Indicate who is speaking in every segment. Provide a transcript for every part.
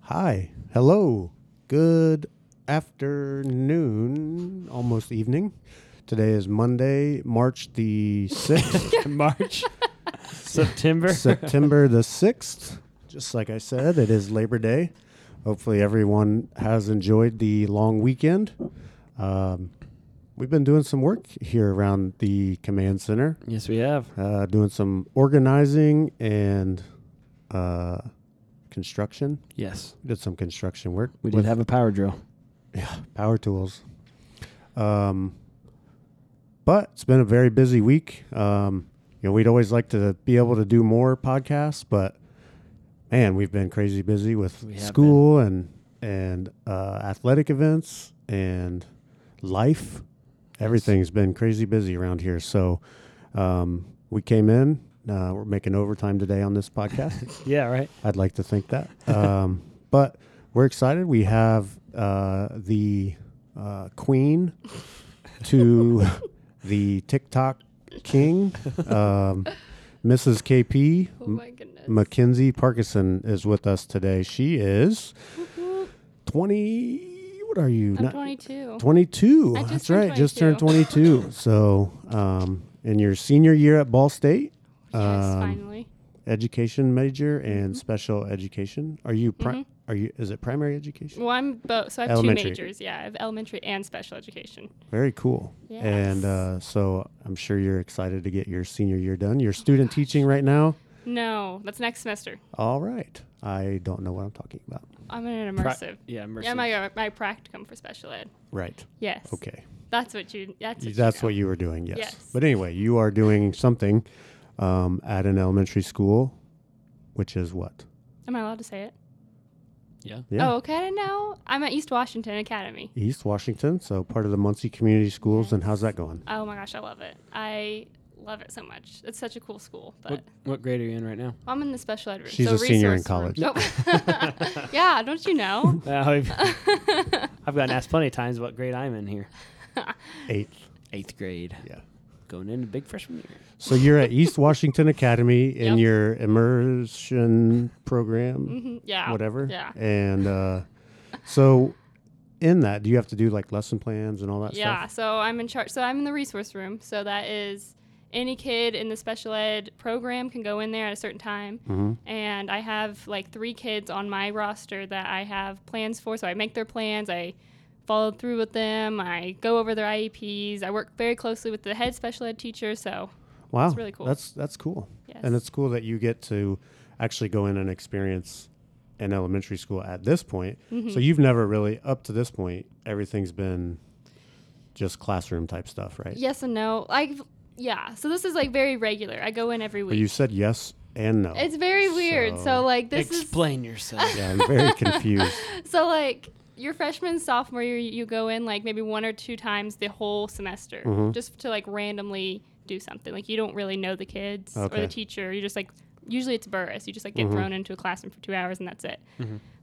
Speaker 1: Hi. Hello. Good afternoon, almost evening. Today is Monday, March the 6th,
Speaker 2: March, September.
Speaker 1: September the 6th. Just like I said, it is Labor Day. Hopefully, everyone has enjoyed the long weekend. Um, we've been doing some work here around the command center,
Speaker 2: yes, we have.
Speaker 1: uh, doing some organizing and uh, construction.
Speaker 2: Yes,
Speaker 1: Did some construction work.
Speaker 2: we
Speaker 1: with-
Speaker 2: did have a power drill.
Speaker 1: power tools. Um, but it's been a very busy week. Um, you know, we'd always like to be able to do more podcasts, but man, we've been crazy busy with
Speaker 2: We have
Speaker 1: school and and uh, athletic events and life. Everything's been crazy busy around here. So um, we came in. Uh, we're making overtime today on this podcast.
Speaker 2: Yeah, right.
Speaker 1: I'd like to think that. Um, but we're excited. We have uh, the uh, queen to the TikTok king, um, Mrs. KP.
Speaker 3: Oh my goodness.
Speaker 1: Mackenzie Parkinson is with us today. She is 20. What are you?
Speaker 3: I'm
Speaker 1: Not-
Speaker 3: 22.
Speaker 1: 22.
Speaker 3: I just
Speaker 1: That's
Speaker 3: turned
Speaker 1: right. Just turned 22. so, um, in your senior year at Ball State,
Speaker 3: yes,
Speaker 1: um,
Speaker 3: finally.
Speaker 1: education major
Speaker 3: Mm-hmm.
Speaker 1: and special education. Are you pri- are you is it primary education?
Speaker 3: Well, I'm both. So I have
Speaker 1: elementary.
Speaker 3: two majors. Yeah, I have elementary and special education.
Speaker 1: Very cool. And
Speaker 3: Yes.
Speaker 1: uh, so I'm sure you're excited to get your senior year done. You're student
Speaker 3: Oh,
Speaker 1: teaching right now.
Speaker 3: No, that's next semester.
Speaker 1: All right. I don't know what I'm talking about.
Speaker 3: I'm in an
Speaker 2: Pra-
Speaker 3: immersive.
Speaker 2: yeah, immersive.
Speaker 3: yeah, my uh, my practicum for special ed.
Speaker 1: Right.
Speaker 3: Yes.
Speaker 1: Okay.
Speaker 3: That's what you. That's what.
Speaker 1: That's
Speaker 3: you
Speaker 1: what you were doing. Yes.
Speaker 3: Yes.
Speaker 1: But anyway, you are doing something um, at an elementary school, which is what?
Speaker 3: know. Am I allowed to say it?
Speaker 2: yeah.
Speaker 1: Yeah.
Speaker 3: Oh, okay. I didn't know. I'm at East Washington Academy.
Speaker 1: East Washington, so part of the Muncie Community Schools. And how's that going?
Speaker 3: Oh my gosh, I love it. I love it so much. It's such a cool school. But
Speaker 2: What, what grade are you in right now?
Speaker 3: I'm in the special ed room.
Speaker 1: She's
Speaker 3: so
Speaker 1: a senior in
Speaker 3: resource room. Nope. yeah, don't you know?
Speaker 2: I've, I've gotten asked plenty of times what grade I'm in here.
Speaker 1: Eighth.
Speaker 2: Eighth grade,
Speaker 1: Yeah.
Speaker 2: going into big freshman year.
Speaker 1: So you're at East Washington Academy in
Speaker 3: Yep.
Speaker 1: your immersion program,
Speaker 3: Mhm, yeah.
Speaker 1: whatever.
Speaker 3: Yeah.
Speaker 1: And uh, so in that, do you have to do like lesson plans and all that
Speaker 3: Yeah,
Speaker 1: stuff?
Speaker 3: so I'm in charge. So I'm in the resource room. So that is any kid in the special ed program can go in there at a certain time.
Speaker 1: Mhm.
Speaker 3: And I have like three kids on my roster that I have plans for. So I make their plans. I follow through with them. I go over their IEPs. I work very closely with the head special ed teacher. So
Speaker 1: Wow.
Speaker 3: it's really cool.
Speaker 1: That's that's cool.
Speaker 3: yes.
Speaker 1: And it's cool that you get to actually go in and experience an elementary school at this point.
Speaker 3: Mm-hmm.
Speaker 1: So you've never really up to this point everything's been just classroom type stuff, right?
Speaker 3: yes and no. Like yeah. So this is like very regular. I go in every
Speaker 1: But
Speaker 3: week.
Speaker 1: you said yes and no.
Speaker 3: it's very weird.
Speaker 1: So-
Speaker 3: So like this is
Speaker 2: Explain yourself.
Speaker 1: yeah, I'm very confused.
Speaker 3: So like your freshman sophomore year, you go in like maybe one or two times the whole semester,
Speaker 1: Mm-hmm.
Speaker 3: just to like randomly do something. Like you don't really know the kids or
Speaker 1: Okay. Mm-hmm.
Speaker 3: the teacher. You're just like usually it's Burris. You just like get thrown into a classroom for two hours and that's it.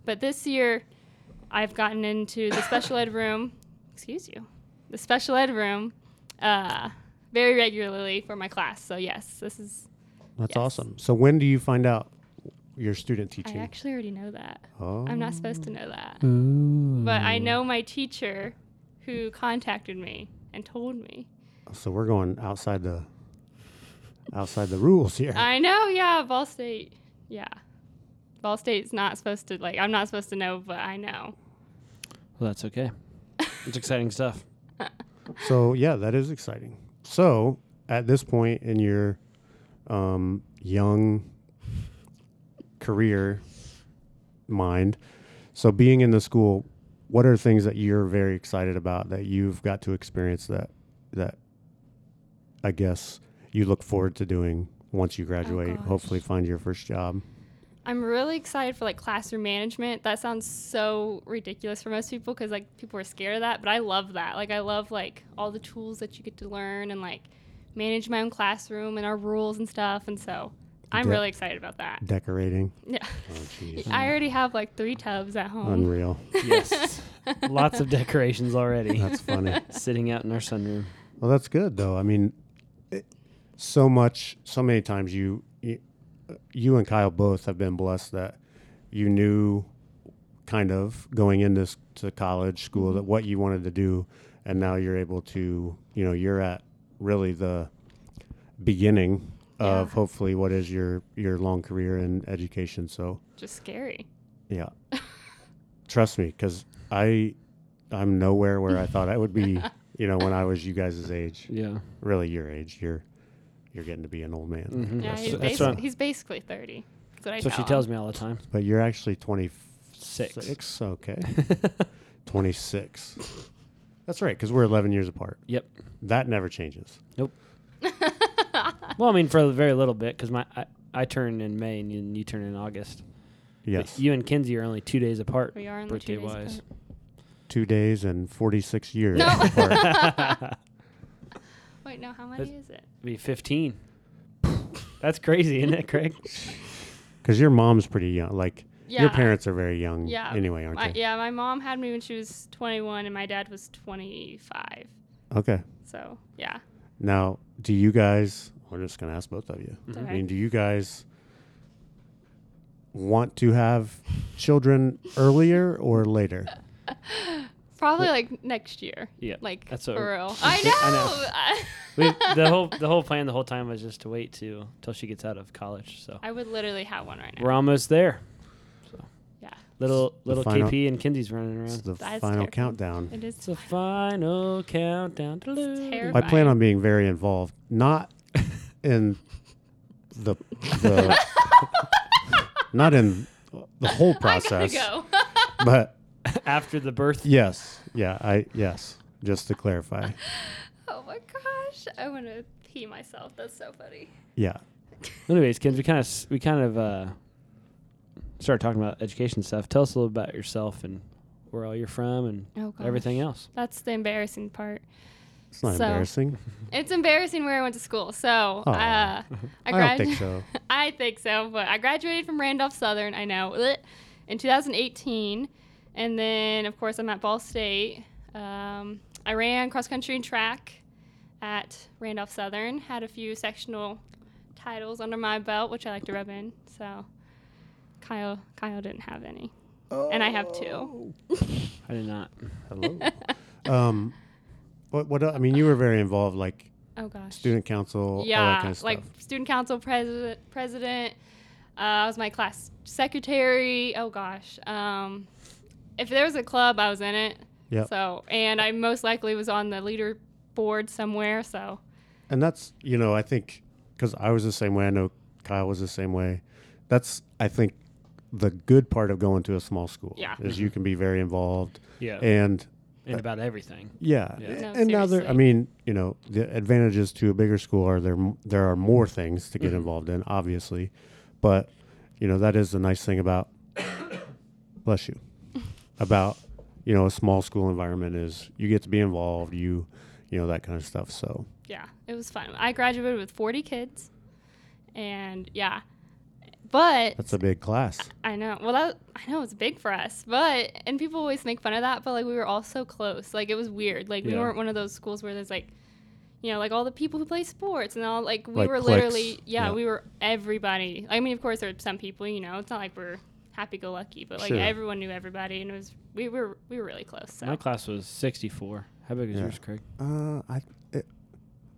Speaker 3: But this year, I've gotten into the special ed room. Excuse you, the special ed room, uh, very regularly for my class. So yes, this is.
Speaker 1: That's
Speaker 3: Yes.
Speaker 1: awesome. So when do you find out your student
Speaker 3: I
Speaker 1: teaching?
Speaker 3: actually already know that.
Speaker 1: oh.
Speaker 3: I'm not supposed to know that. But I know my teacher who contacted me and told me.
Speaker 1: So we're going outside the outside the rules here.
Speaker 3: I know, yeah, Ball State. Yeah. Ball State's not supposed to, like, I'm not supposed to know, but I know.
Speaker 2: Well, that's okay. It's exciting stuff.
Speaker 1: so yeah, that is exciting. So at this point in your um, young career mind, so being in the school, what are things that you're very excited about that you've got to experience that that I guess you look forward to doing once you graduate,
Speaker 3: Oh, gosh.
Speaker 1: hopefully find your first job.
Speaker 3: I'm really excited for, like, classroom management. That sounds so ridiculous for most people because, like, people are scared of that, but I love that. Like, I love, like, all the tools that you get to learn and, like, manage my own classroom and our rules and stuff. And so I'm
Speaker 1: Yeah.
Speaker 3: really excited about that.
Speaker 1: Decorating.
Speaker 3: Yeah.
Speaker 1: Oh jeez.
Speaker 3: I already have, like, three tubs at home.
Speaker 1: Unreal.
Speaker 2: Yes, lots of decorations already.
Speaker 1: That's funny.
Speaker 2: Sitting out in our sunroom.
Speaker 1: Well, that's good though. I mean, it, so much, so many times you, you, you and Kyle both have been blessed that you knew kind of going into s- to college school that what you wanted to do, and now you're able to you know you're at really the beginning of
Speaker 3: Yeah.
Speaker 1: hopefully what is your your long career in education. So
Speaker 3: Just scary.
Speaker 1: yeah, trust me, because I I'm nowhere where I thought I would be. You know, when I was you guys' age,
Speaker 4: Yeah.
Speaker 1: really your age, you're you're getting to be an old man.
Speaker 2: Mm-hmm.
Speaker 4: Mhm.
Speaker 3: Yeah,
Speaker 4: That's-
Speaker 3: he's,
Speaker 4: that's
Speaker 3: basi-
Speaker 4: what-
Speaker 3: he's basically 30. That's what I
Speaker 2: That's what she
Speaker 3: tell
Speaker 2: tells me all the time.
Speaker 1: But you're actually 26.
Speaker 2: Six.
Speaker 1: Okay. 26. That's right, because we're 11 years apart.
Speaker 2: Yep.
Speaker 1: That never changes.
Speaker 2: Well, I mean, for a very little bit, because my I, I turn in May and you, and you turn in August. But
Speaker 1: Yes.
Speaker 2: you and Kinsey are only two days apart.
Speaker 3: We are in
Speaker 2: birthday
Speaker 3: the two days
Speaker 2: wise.
Speaker 3: apart.
Speaker 1: Two days and 46 years
Speaker 3: No.
Speaker 1: apart.
Speaker 3: Wait, no, how many
Speaker 2: That's-
Speaker 3: is it?
Speaker 2: Be fifteen. That's crazy, isn't it, Craig?
Speaker 1: Because your mom's pretty young. Like,
Speaker 3: Yeah.
Speaker 1: your parents are very young
Speaker 3: Yeah.
Speaker 1: anyway, aren't
Speaker 3: My,
Speaker 1: they?
Speaker 3: yeah, my mom had me when she was 21 and my dad was 25.
Speaker 1: Okay.
Speaker 3: So, yeah.
Speaker 1: Now, do you guys, I'm just going to ask both of you.
Speaker 3: It's
Speaker 1: I
Speaker 3: okay.
Speaker 1: mean, do you guys want to have children earlier or later?
Speaker 3: Uh, Probably like next year.
Speaker 2: Yeah,
Speaker 3: Like
Speaker 2: that's what
Speaker 3: for
Speaker 2: we're-
Speaker 3: real. I know.
Speaker 2: I
Speaker 3: I,
Speaker 2: We, the whole the whole plan the whole time was just to wait to till she gets out of college. So
Speaker 3: would literally have one right now.
Speaker 2: we're almost there. So
Speaker 3: Yeah.
Speaker 2: little little
Speaker 1: final-
Speaker 2: KP and Kinsey's running around.
Speaker 1: It's the
Speaker 3: That's
Speaker 1: final
Speaker 3: terrifying.
Speaker 1: countdown.
Speaker 3: It
Speaker 2: It's
Speaker 3: is.
Speaker 2: the final countdown.
Speaker 1: I
Speaker 3: terrifying.
Speaker 1: plan on being very involved, not in the, the not in the whole
Speaker 3: I gotta
Speaker 1: process,
Speaker 3: go.
Speaker 1: but
Speaker 2: After the birth,
Speaker 1: yes, yeah, I yes, just to clarify,
Speaker 3: oh my gosh. I want to pee myself. That's so funny.
Speaker 1: yeah,
Speaker 2: Anyways, kids, we kind of we kind of uh, started talking about education stuff. Tell us a little about yourself and where all you're from and
Speaker 3: Oh gosh.
Speaker 2: everything else.
Speaker 3: That's the embarrassing part.
Speaker 1: it's not
Speaker 3: So,
Speaker 1: embarrassing.
Speaker 3: It's embarrassing where I went to school. So,
Speaker 1: Aw.
Speaker 3: uh, I,
Speaker 1: I
Speaker 3: gradu-
Speaker 1: don't think so.
Speaker 3: I think so, but I graduated from Randolph Southern, I know, bleh, in 2018. And then, of course, I'm at Ball State. Um, I ran cross country and track at Randolph Southern, had a few sectional titles under my belt, which I like to rub in. So Kyle, Kyle didn't have any. And I have two.
Speaker 2: I did not.
Speaker 1: Hello. um, what what I mean, you were very involved, like
Speaker 3: Oh, gosh.
Speaker 1: student council, all
Speaker 3: yeah,
Speaker 1: that kind of stuff.
Speaker 3: like student council president. President, uh, I was my class secretary. Oh gosh, um, if there was a club, I was in it.
Speaker 1: Yep.
Speaker 3: So, and I most likely was on the leader board somewhere. So,
Speaker 1: And that's, you know, I think because I was the same way. I know Kyle was the same way. That's, I think, the good part of going to a small school
Speaker 3: Yeah.
Speaker 1: is you can be very involved.
Speaker 2: Yeah, and,
Speaker 1: And
Speaker 2: about everything.
Speaker 1: yeah,
Speaker 2: Yeah.
Speaker 1: and
Speaker 3: No,
Speaker 1: now there, I
Speaker 3: seriously.
Speaker 1: mean, you know, the advantages to a bigger school are there. m- There are more things to get involved in, obviously, but you know that is the nice thing about, bless you, about you know a small school environment is you get to be involved. You, you know that kind of stuff. So
Speaker 3: yeah, it was fun. I graduated with 40 kids, and yeah, but
Speaker 1: that's a big class.
Speaker 3: I know. Well, that I know it's big for us, but and people always make fun of that, but like we were all so close. Like it was weird. Like we
Speaker 2: Yeah.
Speaker 3: weren't one of those schools where there's like, you know, like all the people who play sports and all. Like we
Speaker 1: Like
Speaker 3: were
Speaker 1: cliques.
Speaker 3: literally, yeah,
Speaker 1: Yeah.
Speaker 3: we were everybody. I mean, of course, there are some people. You know, it's not like we're happy-go-lucky, but like
Speaker 1: Sure.
Speaker 3: everyone knew everybody, and it was we were we were really close. So
Speaker 2: My class was 64. How big is
Speaker 1: Yeah.
Speaker 2: yours, Craig?
Speaker 1: Uh, I it,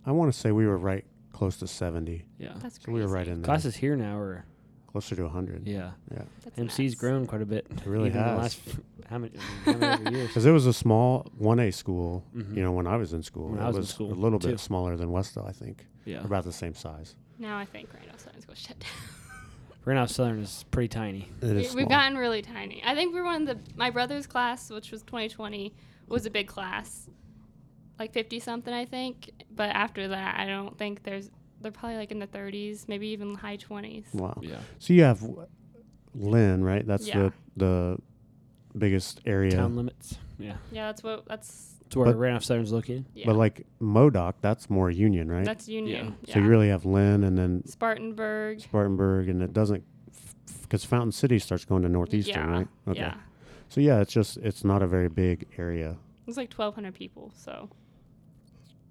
Speaker 1: I want to say we were right close to 70.
Speaker 2: Yeah,
Speaker 3: that's
Speaker 1: So
Speaker 3: crazy.
Speaker 1: we were right in there.
Speaker 2: classes here now are
Speaker 1: Closer to 100.
Speaker 2: yeah.
Speaker 3: That's
Speaker 2: MC's
Speaker 3: nuts.
Speaker 2: grown quite a bit.
Speaker 1: really
Speaker 2: even The
Speaker 1: has.
Speaker 2: last how many, how many years?
Speaker 1: Because it was a small 1A school,
Speaker 2: Mhm.
Speaker 1: you know, when I was in school.
Speaker 2: When
Speaker 1: it
Speaker 2: I was in
Speaker 1: a
Speaker 2: school,
Speaker 1: little bit
Speaker 2: too. Oh.
Speaker 1: smaller than Westville, I think.
Speaker 2: Yeah,
Speaker 1: About the same size.
Speaker 3: Now I think Randolph Southern's going to shut down.
Speaker 2: right now Southern is pretty tiny.
Speaker 1: It is
Speaker 3: We've
Speaker 1: small.
Speaker 3: gotten really tiny. I think we were one of the my brother's class, which was 2020, was a big class, like 50 something, I think. But after that, I don't think there's. They're probably like in the 30s, maybe even high 20s.
Speaker 1: wow.
Speaker 2: Yeah,
Speaker 1: So you have w- Lynn, right? That's
Speaker 3: Yeah.
Speaker 1: the the biggest area.
Speaker 2: town limits. Yeah,
Speaker 3: Yeah, that's what that's.
Speaker 2: it's where
Speaker 1: But-
Speaker 2: Randolph Southern's located.
Speaker 3: Yeah,
Speaker 1: But like Modoc, that's more Union, right?
Speaker 3: that's Union. Yeah.
Speaker 1: So you really have Lynn and then
Speaker 3: Spartanburg.
Speaker 1: Spartanburg, and it doesn't, because Fountain City starts going to Northeastern,
Speaker 3: yeah,
Speaker 1: right?
Speaker 3: Yeah,
Speaker 1: So yeah, it's just it's not a very big area.
Speaker 3: it's like 1,200 people. So,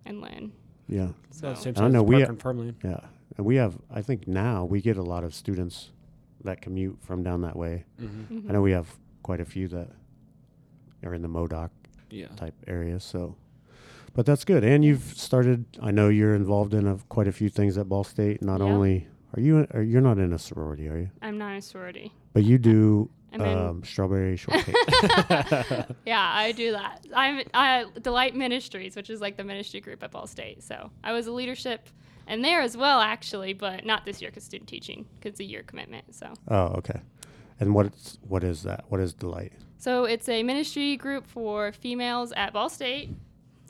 Speaker 3: and Lynn.
Speaker 1: Yeah,
Speaker 3: So
Speaker 2: Same
Speaker 1: I
Speaker 2: size
Speaker 1: know,
Speaker 2: as
Speaker 1: we-
Speaker 2: Park and Parkland.
Speaker 1: yeah. And we have I think now we get a lot of students that commute from down that way.
Speaker 2: Mhm.
Speaker 3: Mm-hmm.
Speaker 1: I know we have quite a few that are in the Modoc
Speaker 2: Yeah.
Speaker 1: type areas. So, but that's good. And you've started. I know you're involved in a, quite a few things at Ball State. Not
Speaker 3: Yeah.
Speaker 1: only are you are, you're not in a sorority, are you?
Speaker 3: I'm not in a sorority.
Speaker 1: But you do
Speaker 3: I'm in.
Speaker 1: um, strawberry shortcake.
Speaker 3: Yeah, I do that. I'm I Delight Ministries, which is like the ministry group at Ball State. So I was a leadership and there as well, actually, but not this year because student teaching, because it's a year commitment. So
Speaker 1: oh, okay. And what's what is that? What is delight?
Speaker 3: so it's a ministry group for females at Ball State.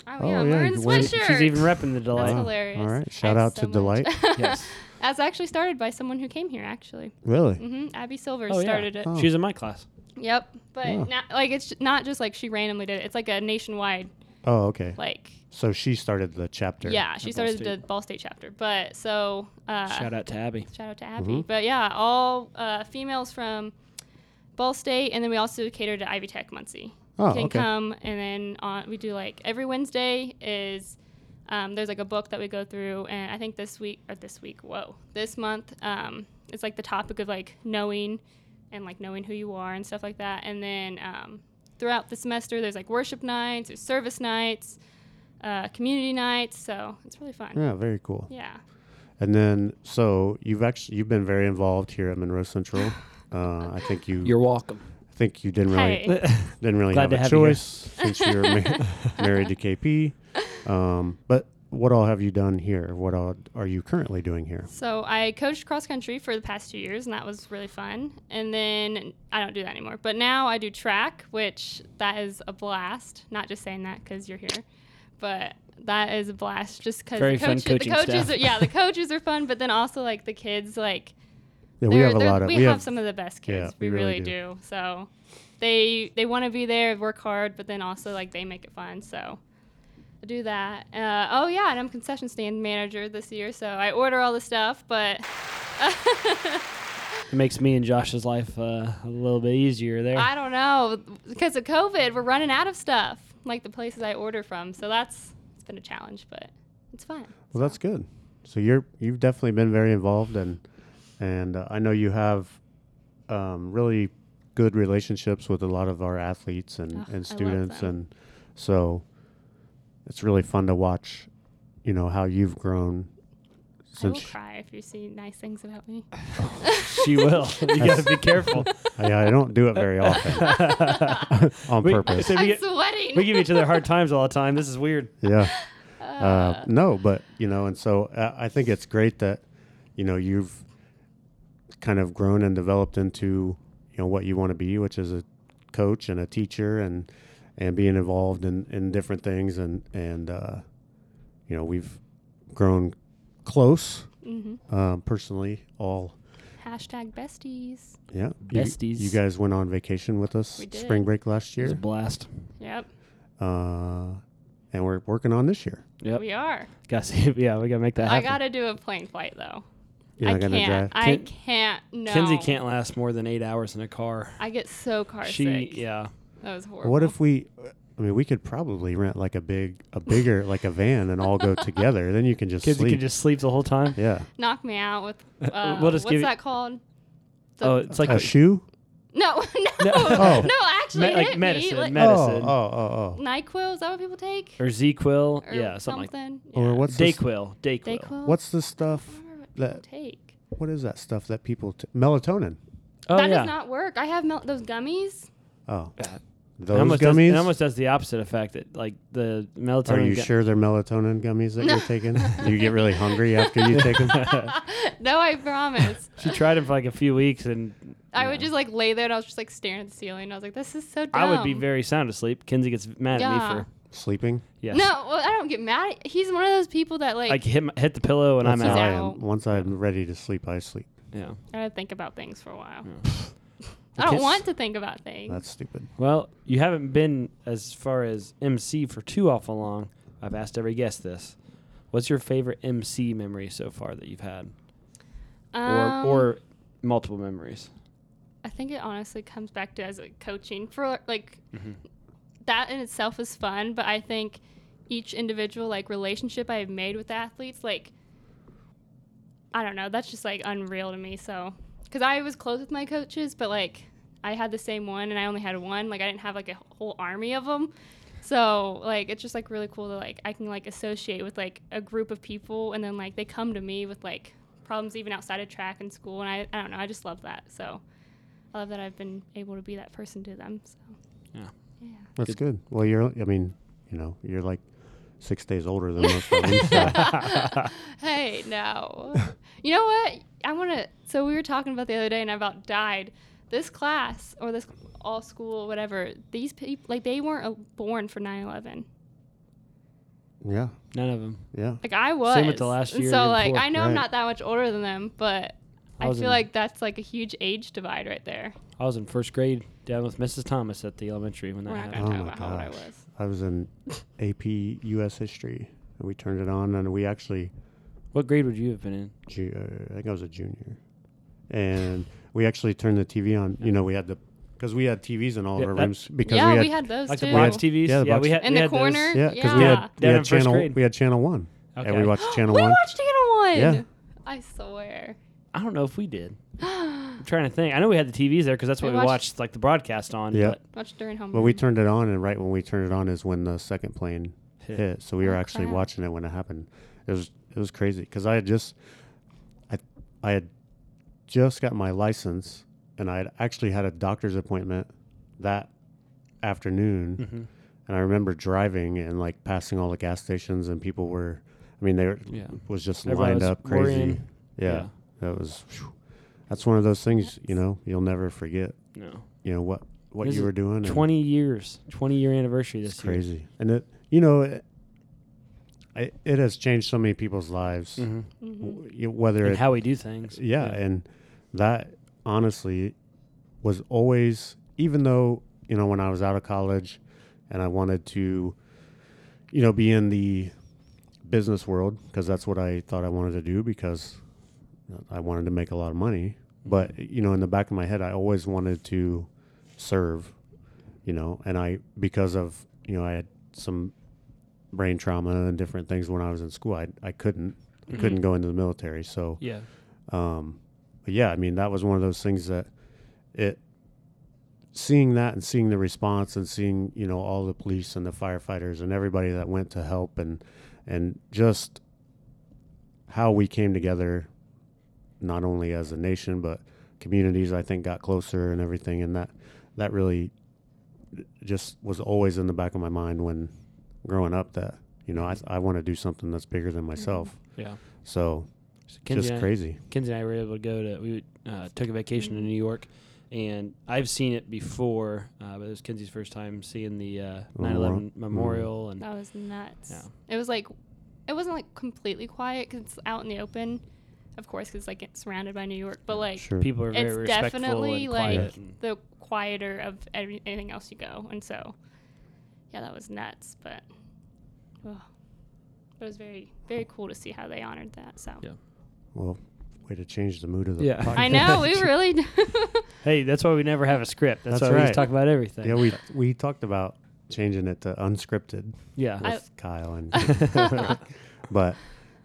Speaker 3: Oh,
Speaker 1: Oh,
Speaker 3: yeah, I'm
Speaker 1: yeah,
Speaker 3: wearing a
Speaker 1: you're wearing-
Speaker 3: sweatshirt.
Speaker 1: She's
Speaker 2: She's even repping the delight.
Speaker 3: That's
Speaker 1: Wow.
Speaker 3: hilarious.
Speaker 1: All right. Shout
Speaker 3: Thanks
Speaker 1: out to
Speaker 3: much.
Speaker 1: Delight.
Speaker 2: Yes.
Speaker 3: That's actually started by someone who came here, actually.
Speaker 1: Really?
Speaker 3: hmm Abby Silvers
Speaker 2: Oh, yeah.
Speaker 3: started it.
Speaker 1: Oh.
Speaker 2: She was in my class.
Speaker 3: Yep. But
Speaker 1: Wow.
Speaker 3: not, like it's not just like she randomly did it. It's like a nationwide
Speaker 1: Oh, okay.
Speaker 3: like
Speaker 1: So she started the chapter.
Speaker 3: yeah. She
Speaker 2: Ball
Speaker 3: started
Speaker 2: State.
Speaker 3: the Ball State chapter. But so uh,
Speaker 2: Shout out Mm-hmm. to Abby.
Speaker 3: shout out to Abby. But yeah, all uh, females from Ball State, and then we also cater to Ivy Tech Muncie.
Speaker 1: Oh,
Speaker 3: can
Speaker 1: okay.
Speaker 3: come, and then on we do like every Wednesday is um, there's like a book that we go through, and I think this week or this week, whoa, this month, um, it's like the topic of like knowing and like knowing who you are and stuff like that, and then um, throughout the semester there's like worship nights, there's service nights, uh, community nights, so it's really fun.
Speaker 1: Yeah, very cool.
Speaker 3: yeah.
Speaker 1: And then, so you've actually you've been very involved here at Monroe Central. Uh, I think you
Speaker 2: welcome.
Speaker 1: I think you didn't really
Speaker 3: Hey.
Speaker 1: didn't really
Speaker 2: Glad
Speaker 1: have
Speaker 2: to
Speaker 1: a
Speaker 2: have you here.
Speaker 1: choice since you're mar- married to KP. Um, but what all have you done here? What all are you currently doing here?
Speaker 3: So I coached cross country for the past two years, and that was really fun. And then I don't do that anymore. But now I do track, which that is a blast. Not just saying that because you're here, but that is a blast just because
Speaker 2: Very
Speaker 3: the,
Speaker 2: fun
Speaker 3: coaches- the
Speaker 2: coaching
Speaker 3: coaches,
Speaker 2: staff.
Speaker 3: are, yeah, the coaches are fun, but then also like the kids, like
Speaker 1: Yeah, we
Speaker 3: they're-
Speaker 1: have a
Speaker 3: they're-
Speaker 1: lot of
Speaker 3: we, have, some of the best
Speaker 1: yeah,
Speaker 3: kids.
Speaker 1: we
Speaker 3: we,
Speaker 1: really
Speaker 3: really, do. So they they want to be there, work hard, but then also like they make it fun. So I do that. Uh, oh yeah, and I'm concession stand manager this year, so I order all the stuff, but.
Speaker 2: It makes me and Josh's life uh, a little bit easier there.
Speaker 3: I don't know because of COVID, we're running out of stuff like the places I order from. So that's it's been a challenge, but it's fun.
Speaker 1: Well, that's good. So you're you've definitely been very involved, and and uh, I know you have um, really good relationships with a lot of our athletes and,
Speaker 3: Ugh, I love
Speaker 1: and students,
Speaker 3: them.
Speaker 1: and so it's really fun to watch. You know how you've grown
Speaker 3: I will
Speaker 1: since
Speaker 3: cry if you see nice things about me.
Speaker 2: she will. you gotta be careful.
Speaker 1: I, I don't do it very often on
Speaker 2: We-
Speaker 1: purpose.
Speaker 2: so we
Speaker 3: I'm
Speaker 2: get-
Speaker 3: sweating.
Speaker 2: we give each other hard times all the time. This is weird.
Speaker 1: yeah. Uh, no, but you know, and so uh, I think it's great that you know you've kind of grown and developed into you know what you want to be, which is a coach and a teacher, and and being involved in in different things, and and uh, you know we've grown close
Speaker 3: Mhm.
Speaker 1: um, personally. All
Speaker 3: Hashtag besties.
Speaker 1: yeah, You-
Speaker 2: Besties.
Speaker 1: You, guys went on vacation with us
Speaker 3: We did.
Speaker 1: spring break last
Speaker 2: It was a
Speaker 1: year,
Speaker 2: blast.
Speaker 3: Yep,
Speaker 1: uh, and we're working on this year.
Speaker 2: Yep.
Speaker 3: we are.
Speaker 2: Gotta see, yeah, we gotta make that
Speaker 3: I
Speaker 2: happen.
Speaker 3: gotta do a plane flight though.
Speaker 1: You're
Speaker 3: I
Speaker 1: not gonna
Speaker 3: can't. I
Speaker 2: Ken-
Speaker 3: can't. No.
Speaker 2: Kenzie can't last more than eight hours in a car.
Speaker 3: I get so car
Speaker 2: she,
Speaker 3: sick.
Speaker 2: yeah.
Speaker 3: That was horrible.
Speaker 1: What if we? I mean, we could probably rent like a big, a bigger, like a van, and all go together. Then you can just
Speaker 2: Kids
Speaker 1: sleep.
Speaker 2: can just sleep the whole time.
Speaker 1: yeah,
Speaker 3: knock me out with? Uh,
Speaker 2: We'll just
Speaker 3: what's
Speaker 2: give you-
Speaker 3: that called? The-
Speaker 2: Oh, it's like
Speaker 1: a shoe.
Speaker 3: no, no,
Speaker 1: Oh.
Speaker 3: no. Actually,
Speaker 2: Me-
Speaker 3: it
Speaker 2: like
Speaker 3: hit
Speaker 2: medicine,
Speaker 3: Me. Like,
Speaker 2: med- Medicine.
Speaker 1: Oh, oh, oh,
Speaker 3: Nyquil is that what people take?
Speaker 2: or ZQuil,
Speaker 3: or
Speaker 2: yeah, something, like
Speaker 1: oh. Or what's this,
Speaker 2: Dayquil, Dayquil.
Speaker 3: Dayquil.
Speaker 1: what's the stuff?
Speaker 3: I don't remember what
Speaker 1: that-
Speaker 3: people take?
Speaker 1: What is that stuff that people t- melatonin?
Speaker 2: Oh
Speaker 3: that
Speaker 2: yeah.
Speaker 3: does not work. I have mel- those gummies.
Speaker 1: Oh,
Speaker 2: Yeah.
Speaker 1: those
Speaker 2: it almost
Speaker 1: gummies.
Speaker 2: Does, it almost does the opposite effect. That like the melatonin.
Speaker 1: Are you
Speaker 2: gu-
Speaker 1: sure they're melatonin gummies that you're taking? Do you get really hungry after you take them?
Speaker 3: No, I promise.
Speaker 2: She tried them for like a few weeks, and
Speaker 3: I would just like lay there and I was just like staring at the ceiling. I was like, this is so dumb.
Speaker 2: I would be very sound asleep. Kinsey gets mad at me
Speaker 3: Yeah.
Speaker 2: for
Speaker 1: Sleeping.
Speaker 2: yes.
Speaker 3: No, well, I don't get mad. At, he's one of those people that like,
Speaker 2: Like hit my, hit the pillow and I'm
Speaker 1: That's
Speaker 2: out.
Speaker 1: how I
Speaker 3: out.
Speaker 1: am. Once I'm ready to sleep, I sleep.
Speaker 2: Yeah.
Speaker 3: I gotta think about things for a while. I
Speaker 2: Okay.
Speaker 3: don't want to think about things.
Speaker 1: That's stupid.
Speaker 2: Well, you haven't been as far as MC for too awful long. I've asked every guest this. What's your favorite MC memory so far that you've had,
Speaker 3: Um,
Speaker 2: or or multiple memories?
Speaker 3: I think it honestly comes back to as like coaching for like that in itself is fun, but I think each individual like relationship I've made with athletes, like I don't know, that's just like unreal to me. So, because I was close with my coaches, but like I had the same one and I only had one. Like I didn't have like a whole army of them. So like it's just like really cool to like I can like associate with like a group of people and then like they come to me with like problems even outside of track and school and I I don't know I just love that. So I love that I've been able to be that person to them. So
Speaker 2: Yeah.
Speaker 3: yeah.
Speaker 1: That's good. Well, you're. I mean, you know, you're like six days older than most of them. so-
Speaker 3: hey, no. You know what? I want to. So we were talking about the other day, and I about died. This class or this all school, whatever. These people, like, they weren't uh, born for 9/11.
Speaker 1: yeah,
Speaker 2: None of them.
Speaker 1: yeah.
Speaker 3: Like I was.
Speaker 2: with the last
Speaker 3: And
Speaker 2: year,
Speaker 3: so
Speaker 2: year
Speaker 3: like,
Speaker 2: before.
Speaker 3: I know I'm
Speaker 1: Right.
Speaker 3: not that much older than them, but
Speaker 2: I
Speaker 3: I,
Speaker 2: was
Speaker 3: feel
Speaker 2: in-
Speaker 3: like that's like a huge age divide right there.
Speaker 2: I was in first grade down with Mrs. Thomas at the elementary when that
Speaker 3: We're not
Speaker 2: happened.
Speaker 3: gonna
Speaker 1: Oh
Speaker 3: talk
Speaker 1: my
Speaker 3: about how old I
Speaker 1: gosh.
Speaker 3: was.
Speaker 1: I was in AP U.S. History, and we turned it on, and we actually,
Speaker 2: What grade would you have been in?
Speaker 1: ju- uh, I think I was a junior, and we actually turned the TV on. You know, we had the because we had TVs in all
Speaker 2: Yeah,
Speaker 1: of our
Speaker 2: that-
Speaker 1: rooms because
Speaker 3: Yeah,
Speaker 1: we
Speaker 3: we
Speaker 1: had,
Speaker 3: had, those
Speaker 2: Like
Speaker 3: too.
Speaker 2: the box TVs?
Speaker 1: Yeah, the
Speaker 2: yeah
Speaker 1: box-
Speaker 2: we had
Speaker 3: In
Speaker 2: we
Speaker 3: the
Speaker 2: had those.
Speaker 3: corner?
Speaker 1: yeah because we had,
Speaker 3: Yeah.
Speaker 1: we
Speaker 2: Down in
Speaker 1: had
Speaker 2: first
Speaker 1: channel
Speaker 2: grade.
Speaker 1: we had channel one, and we
Speaker 2: Okay.
Speaker 1: watched channel
Speaker 3: we
Speaker 1: one.
Speaker 3: watched Channel One.
Speaker 1: Yeah.
Speaker 3: I swear.
Speaker 2: I don't know if we did. I'm trying to think. I know we had the TVs there because that's what
Speaker 3: We
Speaker 2: we watched,
Speaker 3: watched-
Speaker 2: like the broadcast on.
Speaker 1: Yeah.
Speaker 2: but-
Speaker 3: Watched during homeroom.
Speaker 1: Well, we turned it on, and right when we turned it on is when the second plane
Speaker 2: Hit.
Speaker 1: hit. So we were
Speaker 3: Oh,
Speaker 1: actually
Speaker 3: crap.
Speaker 1: watching it when it happened. It was it was crazy because I had just I I had just got my license, and I had actually had a doctor's appointment that afternoon,
Speaker 2: Mhm.
Speaker 1: and I remember driving and like passing all the gas stations, and people were. I mean, they were,
Speaker 2: Yeah.
Speaker 1: was just
Speaker 2: Everyone
Speaker 1: lined
Speaker 2: was
Speaker 1: up crazy.
Speaker 2: worrying.
Speaker 1: Yeah, that was. phew. that's one of those things you know you'll never forget.
Speaker 2: No.
Speaker 1: You know what what
Speaker 2: This
Speaker 1: you
Speaker 2: is
Speaker 1: were doing. and-
Speaker 2: 20 years. 20 year anniversary this
Speaker 1: it's crazy, and it you know, it, I- it has changed so many people's lives.
Speaker 2: year. hmm
Speaker 3: Mhm.
Speaker 1: W- you- Whether
Speaker 2: And
Speaker 1: it,
Speaker 2: how we do things.
Speaker 1: yeah, and that honestly was always, even though you know, when I was out of college, and I wanted to, you know, be in the business world because that's what I thought I wanted to do because I wanted to make a lot of money. But you know, in the back of my head, I always wanted to serve. You know, and I because of you know I had some brain trauma and different things when I was in school. I I couldn't I
Speaker 3: Mm-hmm.
Speaker 1: couldn't go into the military. So
Speaker 2: Yeah.
Speaker 1: um, but yeah, I mean that was one of those things that it seeing that and seeing the response and seeing you know all the police and the firefighters and everybody that went to help and and just how we came together, not only as a nation but communities. I think got closer and everything, and that that really just was always in the back of my mind when growing up that you know I, I want to do something that's bigger than myself.
Speaker 2: Yeah.
Speaker 1: So
Speaker 2: So Kenzie
Speaker 1: just
Speaker 2: and I-
Speaker 1: crazy.
Speaker 2: Kenzie and I were able to go to. We uh, took a vacation to New York, and I've seen it before, uh, but it was Kenzie's first time seeing the uh, 9/11
Speaker 1: Mm-hmm.
Speaker 2: memorial, and
Speaker 3: That was nuts.
Speaker 2: Yeah.
Speaker 3: It was like, it wasn't like completely quiet because it's out in the open, of course, because like it's surrounded by New York. But like
Speaker 1: Sure.
Speaker 2: people are very
Speaker 3: It's
Speaker 2: respectful
Speaker 3: definitely,
Speaker 2: and
Speaker 3: like,
Speaker 2: quiet. and-
Speaker 3: the quieter of every, anything else you go, and so, yeah, that was nuts. But, ugh. it was very very cool to see how they honored that. So
Speaker 2: Yeah.
Speaker 1: Well, way to change the mood of the
Speaker 2: Yeah.
Speaker 1: podcast.
Speaker 3: I know we really.
Speaker 2: hey, that's why we never have a script. That's,
Speaker 1: That's
Speaker 2: why we just
Speaker 1: right.
Speaker 2: talk about everything.
Speaker 1: Yeah, we we talked about changing it to unscripted
Speaker 2: yeah.
Speaker 3: I-
Speaker 1: with Kyle and but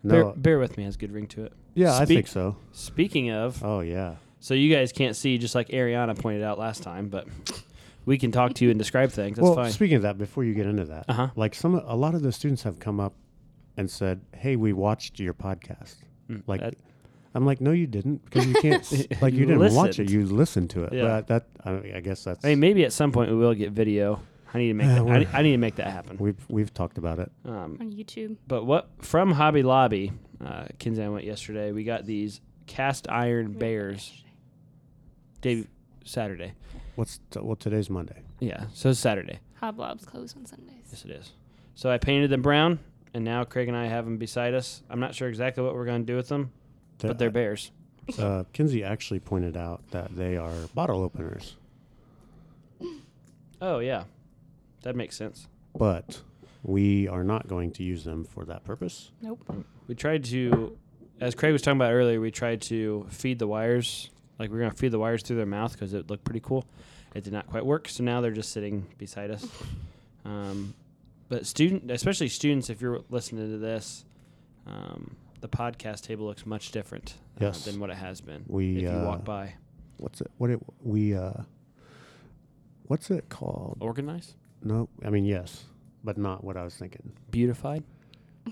Speaker 2: bear,
Speaker 1: no,
Speaker 2: bear with me has good ring to it.
Speaker 1: yeah, I
Speaker 2: speak-
Speaker 1: think so.
Speaker 2: Speaking of,
Speaker 1: Oh yeah,
Speaker 2: so you guys can't see, just like Ariana pointed out last time, but we can talk to you and describe things. That's
Speaker 1: well,
Speaker 2: fine.
Speaker 1: speaking of that, before you get into that,
Speaker 2: Uh-huh.
Speaker 1: like some a lot of the students have come up and said, "Hey, we watched your podcast."
Speaker 2: Mm,
Speaker 1: Like,
Speaker 2: that-
Speaker 1: I'm like, "No, you didn't, because you can't. s- like, you,
Speaker 2: You
Speaker 1: didn't watch
Speaker 2: listened.
Speaker 1: it. You listened to it."
Speaker 2: Yeah.
Speaker 1: But that I, I guess that's
Speaker 2: I mean, maybe at some point we will get video. I need to make
Speaker 1: Yeah,
Speaker 2: that. I,
Speaker 1: we're-
Speaker 2: ne- I need to make that happen.
Speaker 1: we've we've talked about it.
Speaker 2: Um,
Speaker 3: on YouTube.
Speaker 2: but what from Hobby Lobby? Uh, Kinsey and I went yesterday. We got these cast iron bears day Saturday.
Speaker 1: What's t- well today's Monday.
Speaker 2: Yeah, so it's Saturday.
Speaker 3: Hoblob's closed on Sundays.
Speaker 2: Yes, it is. So I painted them brown, and now Craig and I have them beside us. I'm not sure exactly what we're gonna do with them, but they're bears.
Speaker 1: uh, Kinsey actually pointed out that they are bottle openers,
Speaker 2: Oh yeah, that makes sense.
Speaker 1: but we are not going to use them for that purpose.
Speaker 3: Nope.
Speaker 2: We tried to, as Craig was talking about earlier, we tried to feed the wires. Like we are gonna feed the wires through their mouth because it looked pretty cool. It did not quite work, so now they're just sitting beside us. Um, but student, especially students, if you're listening to this, um, the podcast table looks much different uh,
Speaker 1: Yes.
Speaker 2: than what it has been.
Speaker 1: We,
Speaker 2: if you
Speaker 1: uh,
Speaker 2: walk by,
Speaker 1: What's it? What it? We uh, What's it called?
Speaker 2: Organized,
Speaker 1: No, I mean yes, but not what I was thinking.
Speaker 2: beautified.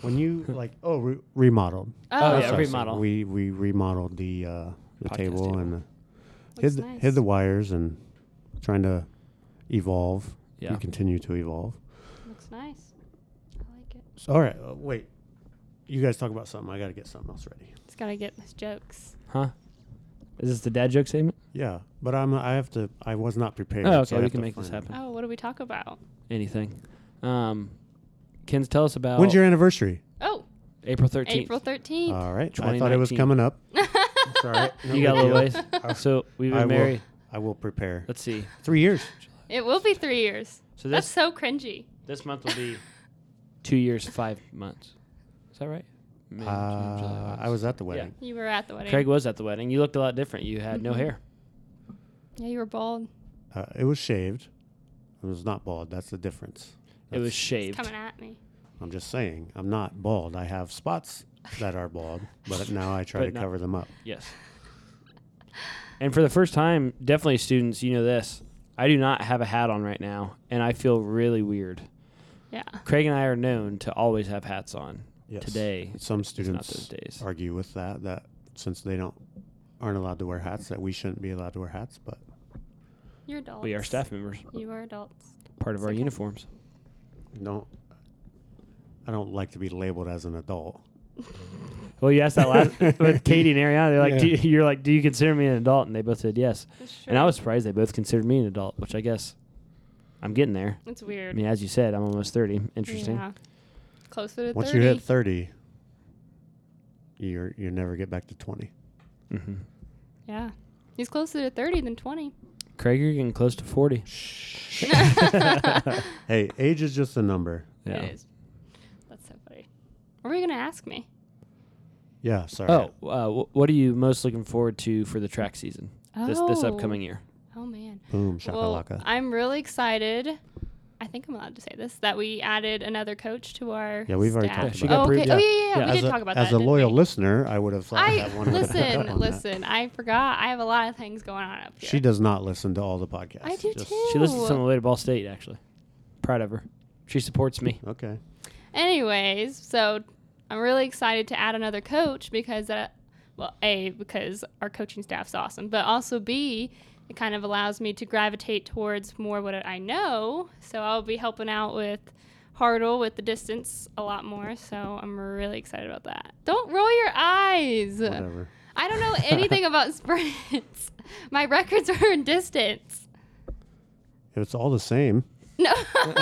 Speaker 1: When you like, oh, re- remodeled.
Speaker 2: Oh,
Speaker 3: Oh,
Speaker 2: yeah,
Speaker 1: That's what I was
Speaker 2: remodel.
Speaker 1: thinking. We we remodeled the uh, the
Speaker 2: Podcast
Speaker 1: table,
Speaker 2: table.
Speaker 1: and the,
Speaker 3: looks
Speaker 1: hid the-
Speaker 3: nice.
Speaker 1: hid the wires and trying to evolve.
Speaker 2: Yeah.
Speaker 1: We continue to evolve.
Speaker 3: looks nice. I like it.
Speaker 1: So, all right, uh, wait. You guys talk about something. I got to get something else ready.
Speaker 3: Just gotta get his jokes.
Speaker 2: Huh? Is this the dad joke segment?
Speaker 1: Yeah, but I'm. I have to. I was not prepared.
Speaker 2: Oh,
Speaker 1: so
Speaker 2: okay,
Speaker 1: I
Speaker 2: we
Speaker 1: have
Speaker 2: can
Speaker 1: to
Speaker 2: make this
Speaker 1: find-
Speaker 2: happen.
Speaker 3: Oh, what do we talk about?
Speaker 2: Anything? Um, Ken's tell us about
Speaker 1: When's your anniversary?
Speaker 3: Oh,
Speaker 2: April thirteenth.
Speaker 3: April thirteenth.
Speaker 1: All right. I thought it was
Speaker 2: 2019.
Speaker 1: coming up. It's all right. No
Speaker 2: you got a
Speaker 1: big
Speaker 2: little ways.
Speaker 1: deal.
Speaker 2: so we've
Speaker 1: I
Speaker 2: been
Speaker 1: will-
Speaker 2: married.
Speaker 1: I will prepare.
Speaker 2: Let's see.
Speaker 1: Three years.
Speaker 3: it will be three years.
Speaker 2: So
Speaker 3: That's
Speaker 2: Uh, this
Speaker 3: so cringy.
Speaker 2: this month will be two years five months. Is that right? May, June, July,
Speaker 1: Uh, I
Speaker 2: August.
Speaker 1: was at the wedding.
Speaker 3: You were at the wedding.
Speaker 2: Craig was at the wedding. You looked a lot different. You had no
Speaker 3: Mhm.
Speaker 2: hair.
Speaker 3: Yeah, you were bald.
Speaker 1: Uh, it was shaved. It was not bald. That's the difference.
Speaker 2: It was
Speaker 1: That's-
Speaker 3: It's
Speaker 2: shaved.
Speaker 3: coming at me.
Speaker 1: I'm just saying. I'm not bald. I have spots that are bald, but now I try
Speaker 2: But
Speaker 1: to
Speaker 2: not-
Speaker 1: cover them up.
Speaker 2: Yes. And for the first time, definitely students, you know this. I do not have a hat on right now, and I feel really weird.
Speaker 3: Yeah.
Speaker 2: Craig and I are known to always have hats on.
Speaker 1: Yes.
Speaker 2: Today,
Speaker 1: some
Speaker 2: it's not those
Speaker 1: students
Speaker 2: days.
Speaker 1: argue with that that since they don't aren't allowed to wear hats, that we shouldn't be allowed to wear hats. But
Speaker 3: You're adults.
Speaker 2: We are staff members,
Speaker 3: You are adults.
Speaker 2: part of
Speaker 3: It's
Speaker 2: our
Speaker 3: okay.
Speaker 2: uniforms.
Speaker 1: don't. I don't like to be labeled as an adult.
Speaker 2: Well, you asked that last with Katie and Ariana. They're like,
Speaker 1: Yeah.
Speaker 2: do you, you're like, do you consider me an adult? And they both said yes.
Speaker 3: It's
Speaker 2: And I was surprised they both considered me an adult, which I guess I'm getting there.
Speaker 3: It's
Speaker 2: I
Speaker 3: weird.
Speaker 2: mean, as you said, I'm almost 30. Interesting.
Speaker 3: Yeah. Closer to
Speaker 1: Once
Speaker 3: 30.
Speaker 1: you hit thirty, you're you never get back to twenty.
Speaker 2: hmm
Speaker 3: yeah. He's closer to 30 than 20.
Speaker 2: Craig, you're getting close to 40.
Speaker 1: Hey, age is just a number.
Speaker 2: Yeah.
Speaker 3: It is. That's so funny. What were you going to ask me?
Speaker 1: Yeah, sorry.
Speaker 2: Oh, uh, wh- what are you most looking forward to for the track season this this upcoming year?
Speaker 3: Oh, man.
Speaker 1: Boom,
Speaker 3: Well,
Speaker 1: shakalaka.
Speaker 3: I'm really excited. I think I'm allowed to say this that we added another coach to our.
Speaker 1: Yeah, we've already
Speaker 3: staff.
Speaker 1: talked
Speaker 2: Yeah, she
Speaker 1: about
Speaker 2: got
Speaker 3: oh, okay.
Speaker 2: approved,
Speaker 3: Oh,
Speaker 2: yeah.
Speaker 3: yeah, yeah, yeah.
Speaker 2: Yeah.
Speaker 3: We
Speaker 1: as
Speaker 3: did
Speaker 1: a,
Speaker 3: talk about
Speaker 1: as
Speaker 3: that.
Speaker 1: a
Speaker 3: didn't
Speaker 1: loyal
Speaker 3: we?
Speaker 1: listener, I would have thought
Speaker 3: I
Speaker 1: that one would have picked up
Speaker 3: listen,
Speaker 1: on that.
Speaker 3: listen. I forgot. I have a lot of things going on up here.
Speaker 1: She does not listen to all the podcasts.
Speaker 3: I do
Speaker 1: Just-
Speaker 3: too.
Speaker 2: She listens to
Speaker 3: Ew.
Speaker 2: some of the way to Ball State, actually. Proud of her. She supports me.
Speaker 1: Okay.
Speaker 3: Anyways, so I'm really excited to add another coach because that, well, A, because our coaching staff's awesome, but also B, it kind of allows me to gravitate towards more what I know. So I'll be helping out with Hardle with the distance a lot more. So I'm really excited about that. Don't roll your eyes.
Speaker 1: Whatever.
Speaker 3: I don't know anything about sprints. My records are in distance.
Speaker 1: It's all the same.
Speaker 3: No.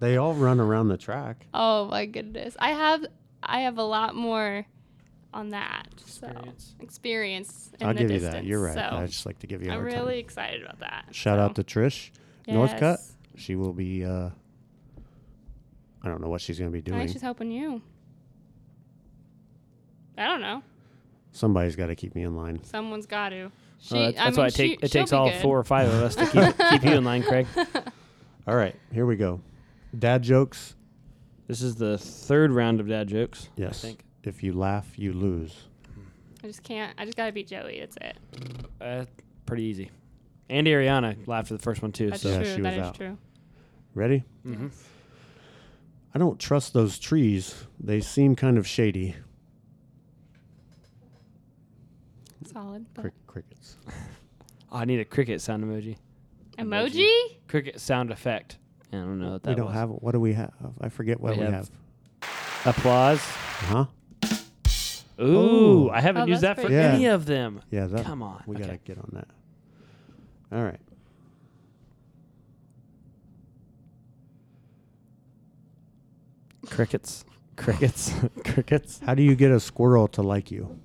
Speaker 1: They all run around the track.
Speaker 3: Oh my goodness. I have I have a lot more on that.
Speaker 2: Experience.
Speaker 3: So experience in
Speaker 1: I'll
Speaker 3: the
Speaker 1: give you
Speaker 3: distance.
Speaker 1: that. You're right.
Speaker 3: So
Speaker 1: I just like to give you a
Speaker 3: I'm
Speaker 1: hard
Speaker 3: really
Speaker 1: time.
Speaker 3: excited about that.
Speaker 1: Shout out to Trish Northcutt.
Speaker 3: Yes.
Speaker 1: She will be. Uh, I don't know what she's going to be
Speaker 3: I
Speaker 1: doing.
Speaker 3: think she's helping you. I don't know.
Speaker 1: Somebody's got to keep me in line.
Speaker 3: Someone's got to. She,
Speaker 2: Oh, that's
Speaker 3: I
Speaker 2: that's
Speaker 3: mean,
Speaker 2: why it, take,
Speaker 3: she,
Speaker 2: it
Speaker 3: she'll
Speaker 2: takes
Speaker 3: be
Speaker 2: all
Speaker 3: good.
Speaker 2: four or five of us to keep, keep you in line, Craig.
Speaker 1: All right, here we go. Dad jokes.
Speaker 2: This is the third round of dad jokes.
Speaker 1: Yes.
Speaker 2: I think.
Speaker 1: If you laugh, you lose.
Speaker 3: I just can't. I just got to beat Joey. That's it.
Speaker 2: Uh, pretty easy. And Ariana laughed at the first one, too.
Speaker 3: That's
Speaker 2: so
Speaker 1: Yeah, she
Speaker 3: true. That
Speaker 1: was
Speaker 3: is
Speaker 1: out.
Speaker 3: true.
Speaker 1: Ready?
Speaker 2: Mhm.
Speaker 1: I don't trust those trees. They seem kind of shady.
Speaker 3: Solid. but-
Speaker 1: Crick crickets.
Speaker 2: Oh, I need a cricket sound emoji.
Speaker 3: Emoji?
Speaker 2: Cricket sound effect. I don't know what that
Speaker 1: we don't
Speaker 2: was.
Speaker 1: have. What do we have? I forget what
Speaker 2: We
Speaker 1: we,
Speaker 2: have-
Speaker 1: have.
Speaker 2: Applause.
Speaker 1: Huh?
Speaker 2: Ooh,
Speaker 1: Ooh.
Speaker 2: I haven't
Speaker 3: Oh,
Speaker 2: used that
Speaker 3: that's
Speaker 2: for
Speaker 1: pretty good.
Speaker 2: any of them.
Speaker 1: Yeah. That,
Speaker 2: Come on.
Speaker 1: We
Speaker 2: Okay.
Speaker 1: gotta get on that. All right.
Speaker 2: Crickets. Crickets. Crickets.
Speaker 1: How do you get a squirrel to like you?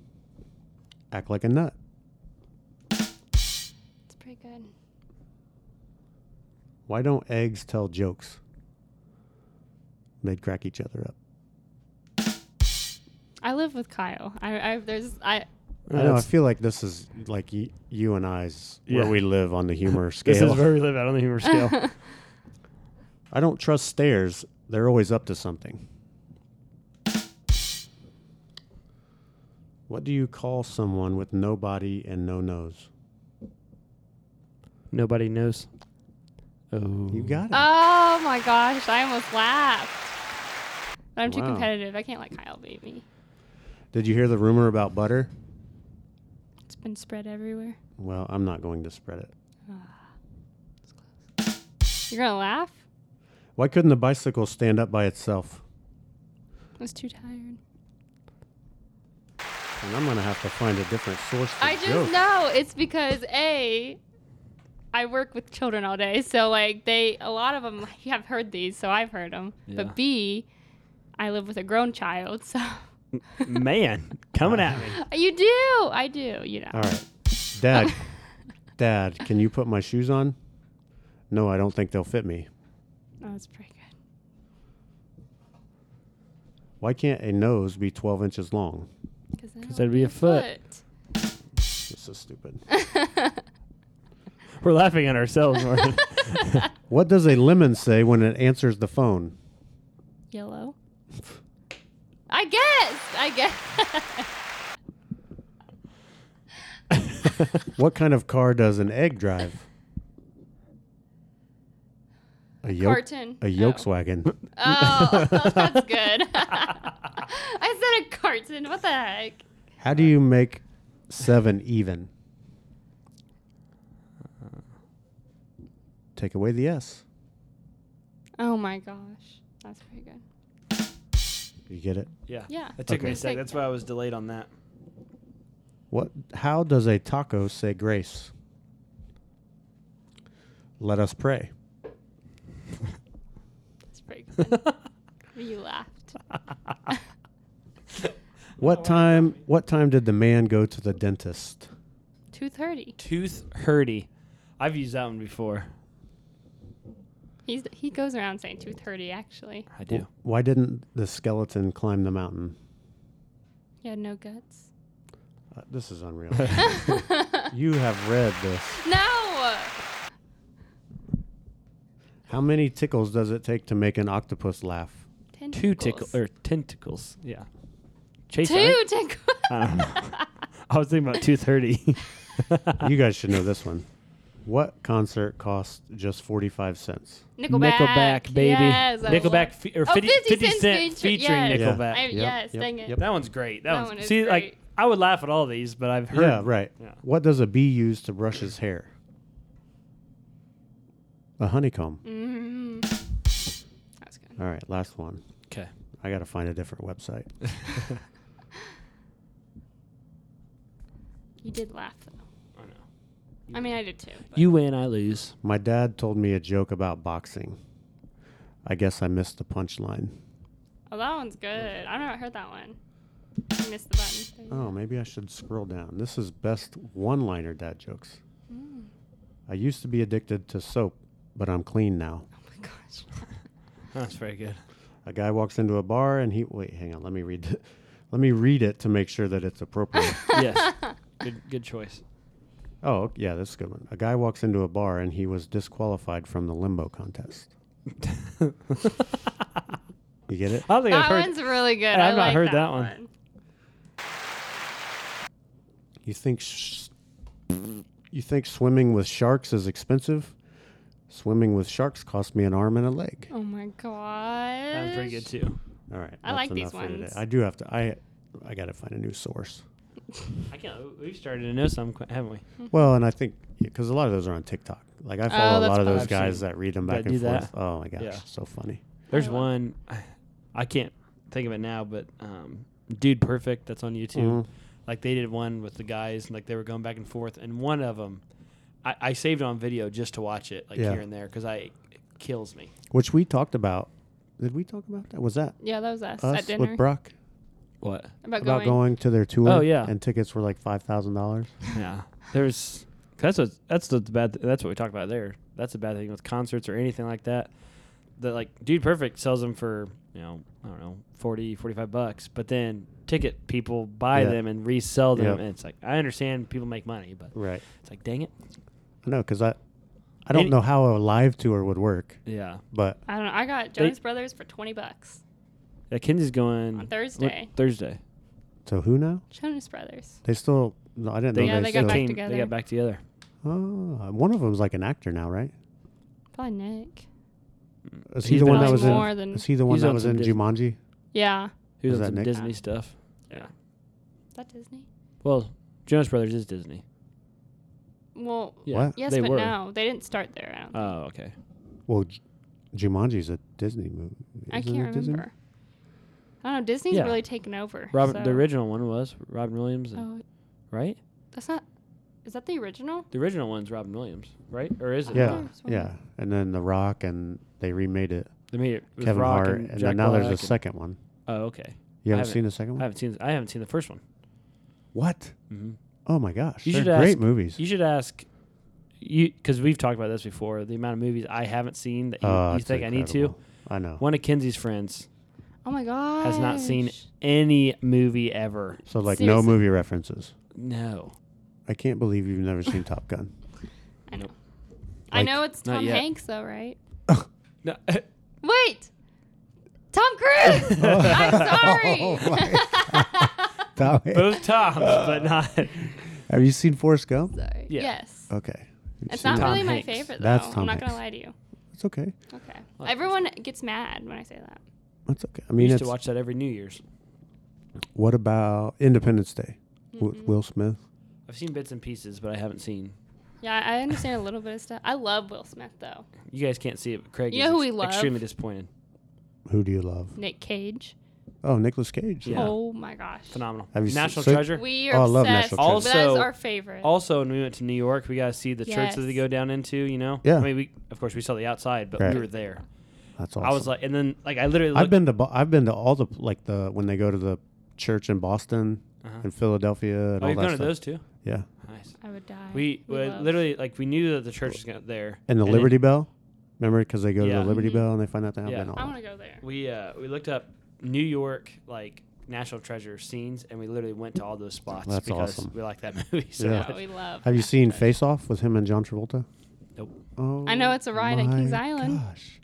Speaker 1: Act like a nut.
Speaker 3: It's pretty good.
Speaker 1: Why don't eggs tell jokes? They'd crack each other up.
Speaker 3: I live with Kyle. I, I there's
Speaker 1: I
Speaker 3: I
Speaker 1: know. I
Speaker 2: That's-
Speaker 1: feel like this is like y- you and I's
Speaker 2: Yeah.
Speaker 1: where we live on the humor scale.
Speaker 2: This is where we live out on the humor scale.
Speaker 1: I don't trust stairs. They're always up to something. What do you call someone with no body and no nose?
Speaker 2: Nobody knows. Oh.
Speaker 1: You got it.
Speaker 3: Oh my gosh, I almost laughed. But I'm too
Speaker 1: Wow.
Speaker 3: competitive. I can't let Kyle beat me.
Speaker 1: Did you hear the rumor about butter?
Speaker 3: It's been spread everywhere.
Speaker 1: Well, I'm not going to spread it.
Speaker 3: You're gonna laugh?
Speaker 1: Why couldn't the bicycle stand up by itself?
Speaker 3: I was too tired.
Speaker 1: And I'm gonna have to find a different source. For
Speaker 3: I just
Speaker 1: joke.
Speaker 3: know it's because a I work with children all day, so like they a lot of them you have heard these, so I've heard them.
Speaker 2: Yeah.
Speaker 3: But B, I live with a grown child, so
Speaker 2: Man, coming at me.
Speaker 3: you do, I do, you know.
Speaker 1: All right, Dad, Dad, can you put my shoes on? No, I don't think they'll fit me.
Speaker 3: Oh, that's pretty good.
Speaker 1: Why can't a nose be 12 inches long?
Speaker 3: Because
Speaker 2: that'd be a foot.
Speaker 1: This is stupid.
Speaker 2: We're laughing at ourselves. Martin.
Speaker 1: what does a lemon say when it answers the phone?
Speaker 3: Yellow. I guessed. I guess.
Speaker 1: What kind of car does an egg drive? A yoke.
Speaker 3: Carton.
Speaker 1: A yolks wagon.
Speaker 3: Oh, oh that's good. I said a carton. What the heck?
Speaker 1: How do you make seven even? Take away the S.
Speaker 3: Oh my gosh, that's pretty good.
Speaker 1: You get it?
Speaker 2: yeah.
Speaker 3: Yeah.
Speaker 2: That took me
Speaker 1: Okay.
Speaker 2: a sec. That's why I was delayed on that.
Speaker 1: What? How does a taco say grace? Let us pray.
Speaker 3: That's pretty good. you laughed.
Speaker 1: What time? What time did the man go to the dentist?
Speaker 3: Two thirty.
Speaker 2: Tooth hurdy. I've used that one before.
Speaker 3: He's he goes around saying two thirty. Actually,
Speaker 2: I do.
Speaker 1: Why didn't the skeleton climb the mountain?
Speaker 3: he had no guts.
Speaker 1: Uh, this is unreal. you have read this.
Speaker 3: No.
Speaker 1: How many tickles does it take to make an octopus laugh?
Speaker 3: Ten
Speaker 2: Two
Speaker 3: tickles.
Speaker 2: tickle or tentacles. Yeah. Chase.
Speaker 3: Two tickles.
Speaker 2: I, I don't know. I was thinking about tooth hurdy.
Speaker 1: you guys should know this one. What concert cost just 45 cents?
Speaker 3: Nickelback.
Speaker 2: baby.
Speaker 3: Yes, I
Speaker 2: Nickelback
Speaker 3: love-
Speaker 2: fe- or
Speaker 3: Oh,
Speaker 2: 50,
Speaker 3: 50
Speaker 2: 50
Speaker 3: Cent's
Speaker 2: Cent
Speaker 3: feature-
Speaker 2: featuring
Speaker 3: yes.
Speaker 1: Yeah.
Speaker 2: Nickelback.
Speaker 3: I,
Speaker 1: Yep,
Speaker 3: yes,
Speaker 1: yep,
Speaker 3: dang it.
Speaker 1: yep.
Speaker 2: That one's great. That,
Speaker 3: That
Speaker 2: one's
Speaker 3: one is
Speaker 2: see like
Speaker 3: great.
Speaker 2: I would laugh at all these, but I've heard
Speaker 1: Yeah, right.
Speaker 2: Yeah.
Speaker 1: What does a bee use to brush his hair? A honeycomb.
Speaker 3: Mm. That was good.
Speaker 1: All right, last one.
Speaker 2: Okay.
Speaker 1: I got to find a different website.
Speaker 3: You did laugh though.
Speaker 2: I know.
Speaker 3: I mean, I did too. but-
Speaker 2: You win, I lose.
Speaker 1: My dad told me a joke about boxing. I guess I missed the punchline.
Speaker 3: Oh, that one's good. I've not heard that one. I missed the button.
Speaker 1: Oh, maybe I should scroll down. This is best one liner dad jokes. I used to be addicted to soap, but I'm clean now.
Speaker 3: Oh my gosh.
Speaker 2: That's very good.
Speaker 1: A guy walks into a bar and he wait, hang on, let me read th- let me read it to make sure that it's appropriate.
Speaker 2: yes. Good good choice.
Speaker 1: oh, ok- yeah, that's a good one. A guy walks into a bar and he was disqualified from the limbo contest. You get it?
Speaker 2: I don't think
Speaker 3: That
Speaker 2: I've heard
Speaker 3: one's really good.
Speaker 2: I've not
Speaker 3: I like
Speaker 2: heard
Speaker 3: that,
Speaker 2: that one.
Speaker 3: one.
Speaker 1: You think sh- you think swimming with sharks is expensive? Swimming with sharks cost me an arm and a leg.
Speaker 3: Oh my god.
Speaker 2: that one's pretty good too.
Speaker 1: All right,
Speaker 3: I like
Speaker 1: enough
Speaker 3: these
Speaker 1: for today.
Speaker 3: ones.
Speaker 1: I do have to. I I got to find a new source.
Speaker 2: I can't we've started to know some qu- haven't we?
Speaker 3: Mm-hmm.
Speaker 1: Well, and I think because a lot of those are on TikTok. Like I follow a
Speaker 3: Oh, that's
Speaker 1: lot of
Speaker 3: fun.
Speaker 1: those
Speaker 2: I've
Speaker 1: guys
Speaker 2: seen
Speaker 1: that read them
Speaker 2: that
Speaker 1: back and
Speaker 2: do that.
Speaker 1: forth. Oh my gosh,
Speaker 2: Yeah.
Speaker 1: so funny.
Speaker 2: There's
Speaker 3: I love-
Speaker 2: one I can't think of it now, but um, Dude Perfect that's on YouTube.
Speaker 1: Mhm.
Speaker 2: Like they did one with the guys, and like they were going back and forth, and one of them, I, I saved on video just to watch it, like
Speaker 1: Yeah.
Speaker 2: here and there, because I it kills me.
Speaker 1: Which we talked about. Did we talk about that? Was that
Speaker 3: Yeah, that was us,
Speaker 1: us
Speaker 3: at dinner.
Speaker 1: with Brock
Speaker 2: What?
Speaker 3: about,
Speaker 1: about
Speaker 3: going.
Speaker 1: going to their tour?
Speaker 2: Oh, yeah.
Speaker 1: and tickets were like five thousand dollars.
Speaker 2: Yeah, there's 'cause that's what that's the bad th- that's what we talked about there. That's a bad thing with concerts or anything like that. That like Dude Perfect sells them for you know I don't know 40, 45 bucks, but then ticket people buy
Speaker 1: Yeah.
Speaker 2: them and resell them,
Speaker 1: Yep.
Speaker 2: and it's like I understand people make money, but
Speaker 1: Right.
Speaker 2: it's like dang it,
Speaker 1: I know because I I don't
Speaker 2: Any-
Speaker 1: know how a live tour would work,
Speaker 2: yeah.
Speaker 1: but
Speaker 3: I don't know. I got
Speaker 2: They-
Speaker 3: Jonas Brothers for 20 bucks
Speaker 2: Yeah, Kenzie's going
Speaker 3: on Thursday.
Speaker 2: what- Thursday.
Speaker 1: to who now?
Speaker 3: Jonas Brothers.
Speaker 1: They still. No, I didn't know
Speaker 3: Yeah,
Speaker 1: they,
Speaker 3: they got
Speaker 1: still.
Speaker 3: back
Speaker 2: came-
Speaker 3: together.
Speaker 2: They got back together.
Speaker 1: Oh, one of them's like an actor now, right?
Speaker 3: Probably Nick.
Speaker 1: Is
Speaker 2: He's
Speaker 1: he the one
Speaker 2: been on
Speaker 1: that
Speaker 3: Probably
Speaker 1: was in?
Speaker 3: more than
Speaker 1: Is he the one
Speaker 2: He's
Speaker 1: that
Speaker 2: on
Speaker 1: was
Speaker 2: some
Speaker 1: in
Speaker 2: Disney.
Speaker 1: Jumanji?
Speaker 3: yeah.
Speaker 2: He was
Speaker 1: Was
Speaker 2: on
Speaker 1: that
Speaker 2: some
Speaker 1: Nick?
Speaker 2: Disney stuff.
Speaker 3: Is that Disney?
Speaker 2: Well, Jonas Brothers is Disney.
Speaker 3: Well,
Speaker 2: Yeah,
Speaker 1: What?
Speaker 3: yes,
Speaker 2: they
Speaker 3: but
Speaker 2: were.
Speaker 3: no, they didn't start there. I don't.
Speaker 2: Oh, okay.
Speaker 1: Well, J- Jumangi's a Disney movie.
Speaker 3: I
Speaker 1: Isn't
Speaker 3: can't
Speaker 1: it
Speaker 3: remember.
Speaker 1: Disney?
Speaker 3: I don't know. Disney's
Speaker 2: Yeah.
Speaker 3: really taken over.
Speaker 2: Robert,
Speaker 3: so-
Speaker 2: the original one was Robin Williams, and-
Speaker 3: Oh,
Speaker 2: right?
Speaker 3: that's not. Is that the original?
Speaker 2: The original one's Robin Williams, right? Or is it?
Speaker 3: Yeah.
Speaker 1: Yeah,
Speaker 3: remember this one.
Speaker 1: yeah. And then The Rock, and they remade it.
Speaker 2: They made it with
Speaker 1: Kevin
Speaker 2: Rock
Speaker 1: Hart,
Speaker 2: and,
Speaker 1: and,
Speaker 2: Jack
Speaker 1: then now
Speaker 2: Black
Speaker 1: there's a
Speaker 2: and-
Speaker 1: second one.
Speaker 2: Oh, okay.
Speaker 1: You
Speaker 2: I
Speaker 1: haven't,
Speaker 2: haven't-
Speaker 1: seen the second
Speaker 2: I
Speaker 1: one?
Speaker 2: haven't seen. I haven't seen the first one.
Speaker 1: What?
Speaker 2: Mm-hmm.
Speaker 1: Oh my gosh!
Speaker 2: You
Speaker 1: They're
Speaker 2: should
Speaker 1: great
Speaker 2: ask-
Speaker 1: movies.
Speaker 2: You should ask, you because we've talked about this before. The amount of movies I haven't seen that you,
Speaker 1: Oh,
Speaker 2: you
Speaker 1: it's
Speaker 2: think I need to.
Speaker 1: incredible. I know.
Speaker 2: One of Kinsey's friends
Speaker 3: Oh my god.
Speaker 2: has not seen any movie ever.
Speaker 1: So like no
Speaker 3: Seriously.
Speaker 1: movie references.
Speaker 2: No,
Speaker 1: I can't believe you've never seen Top Gun.
Speaker 3: I know.
Speaker 2: Nope.
Speaker 3: I
Speaker 1: Like-
Speaker 3: know it's
Speaker 2: Not
Speaker 3: Tom
Speaker 2: yet.
Speaker 3: Hanks though, right?
Speaker 2: no.
Speaker 3: Wait. Tom Cruise. I'm sorry.
Speaker 1: Oh my Tom Hanks.
Speaker 2: both Toms, but not.
Speaker 1: Have you seen Forrest Gump?
Speaker 3: sorry.
Speaker 2: Yeah.
Speaker 3: Yes.
Speaker 1: Okay. You've
Speaker 3: It's
Speaker 1: seen
Speaker 3: not
Speaker 1: it.
Speaker 2: Tom
Speaker 3: really my
Speaker 2: Hanks.
Speaker 3: favorite though.
Speaker 1: That's
Speaker 3: I'm
Speaker 1: Tom
Speaker 3: not gonna
Speaker 1: Hanks.
Speaker 3: lie to you.
Speaker 1: It's okay.
Speaker 3: Okay.
Speaker 2: Well,
Speaker 3: Everyone gets mad when I say that.
Speaker 1: It's okay. I
Speaker 2: I
Speaker 1: mean,
Speaker 2: used
Speaker 1: it's,
Speaker 2: to watch that every New Year's.
Speaker 1: what about Independence Day? W-
Speaker 3: Mhm.
Speaker 1: Will Smith.
Speaker 2: I've seen bits and pieces, but I haven't seen.
Speaker 3: Yeah, I understand a little bit of stuff. I love Will Smith though.
Speaker 2: You guys can't see it, but Craig
Speaker 3: You
Speaker 2: is
Speaker 3: know who
Speaker 2: ex-
Speaker 3: we love?
Speaker 2: extremely disappointed.
Speaker 1: Who do you love?
Speaker 3: Nick Cage.
Speaker 1: Oh, Nicolas Cage.
Speaker 2: Yeah.
Speaker 3: Oh my gosh.
Speaker 2: Phenomenal.
Speaker 1: Have you se-
Speaker 2: National
Speaker 1: so-
Speaker 2: Treasure.
Speaker 3: We
Speaker 1: Oh,
Speaker 3: are
Speaker 1: I love
Speaker 3: obsessed.
Speaker 1: National
Speaker 3: but that is
Speaker 2: Also-
Speaker 3: our favorite.
Speaker 2: Also, when we went to New York, we got to see the church that they
Speaker 3: Yes.
Speaker 2: go down into. You know,
Speaker 1: Yeah.
Speaker 2: I mean, we of course we saw the outside, but
Speaker 1: Right.
Speaker 2: we were there.
Speaker 1: That's awesome.
Speaker 2: I was like, and then like I literally,
Speaker 1: I've
Speaker 2: looked,
Speaker 1: been to Bo- I've been to all the like the when they go to the church in Boston
Speaker 2: Uh-huh.
Speaker 1: and Philadelphia and
Speaker 2: oh,
Speaker 1: all
Speaker 2: you've
Speaker 1: that
Speaker 2: gone
Speaker 1: stuff.
Speaker 2: to those too.
Speaker 1: Yeah,
Speaker 2: Nice.
Speaker 3: I would die.
Speaker 2: We,
Speaker 3: We
Speaker 2: we
Speaker 3: love-
Speaker 2: literally like we knew that the church was gonna, there.
Speaker 1: and the
Speaker 2: it-
Speaker 1: Liberty Bell. Remember, because they go to
Speaker 2: Yeah.
Speaker 1: the Liberty
Speaker 3: Mhm.
Speaker 1: Bell and they find out they have
Speaker 2: Yeah.
Speaker 1: been all.
Speaker 3: I
Speaker 1: that.
Speaker 3: want to go there.
Speaker 2: we uh, we looked up New York like National Treasure scenes, and we literally went to all those spots
Speaker 1: That's
Speaker 2: because
Speaker 1: awesome.
Speaker 2: we like that movie so
Speaker 1: Yeah.
Speaker 3: But
Speaker 2: much.
Speaker 3: we love.
Speaker 1: Have you
Speaker 3: that.
Speaker 1: seen Face Off with him and John Travolta?
Speaker 2: Nope.
Speaker 1: Oh,
Speaker 3: I know it's a ride at Kings
Speaker 1: my
Speaker 3: Island.
Speaker 1: Gosh,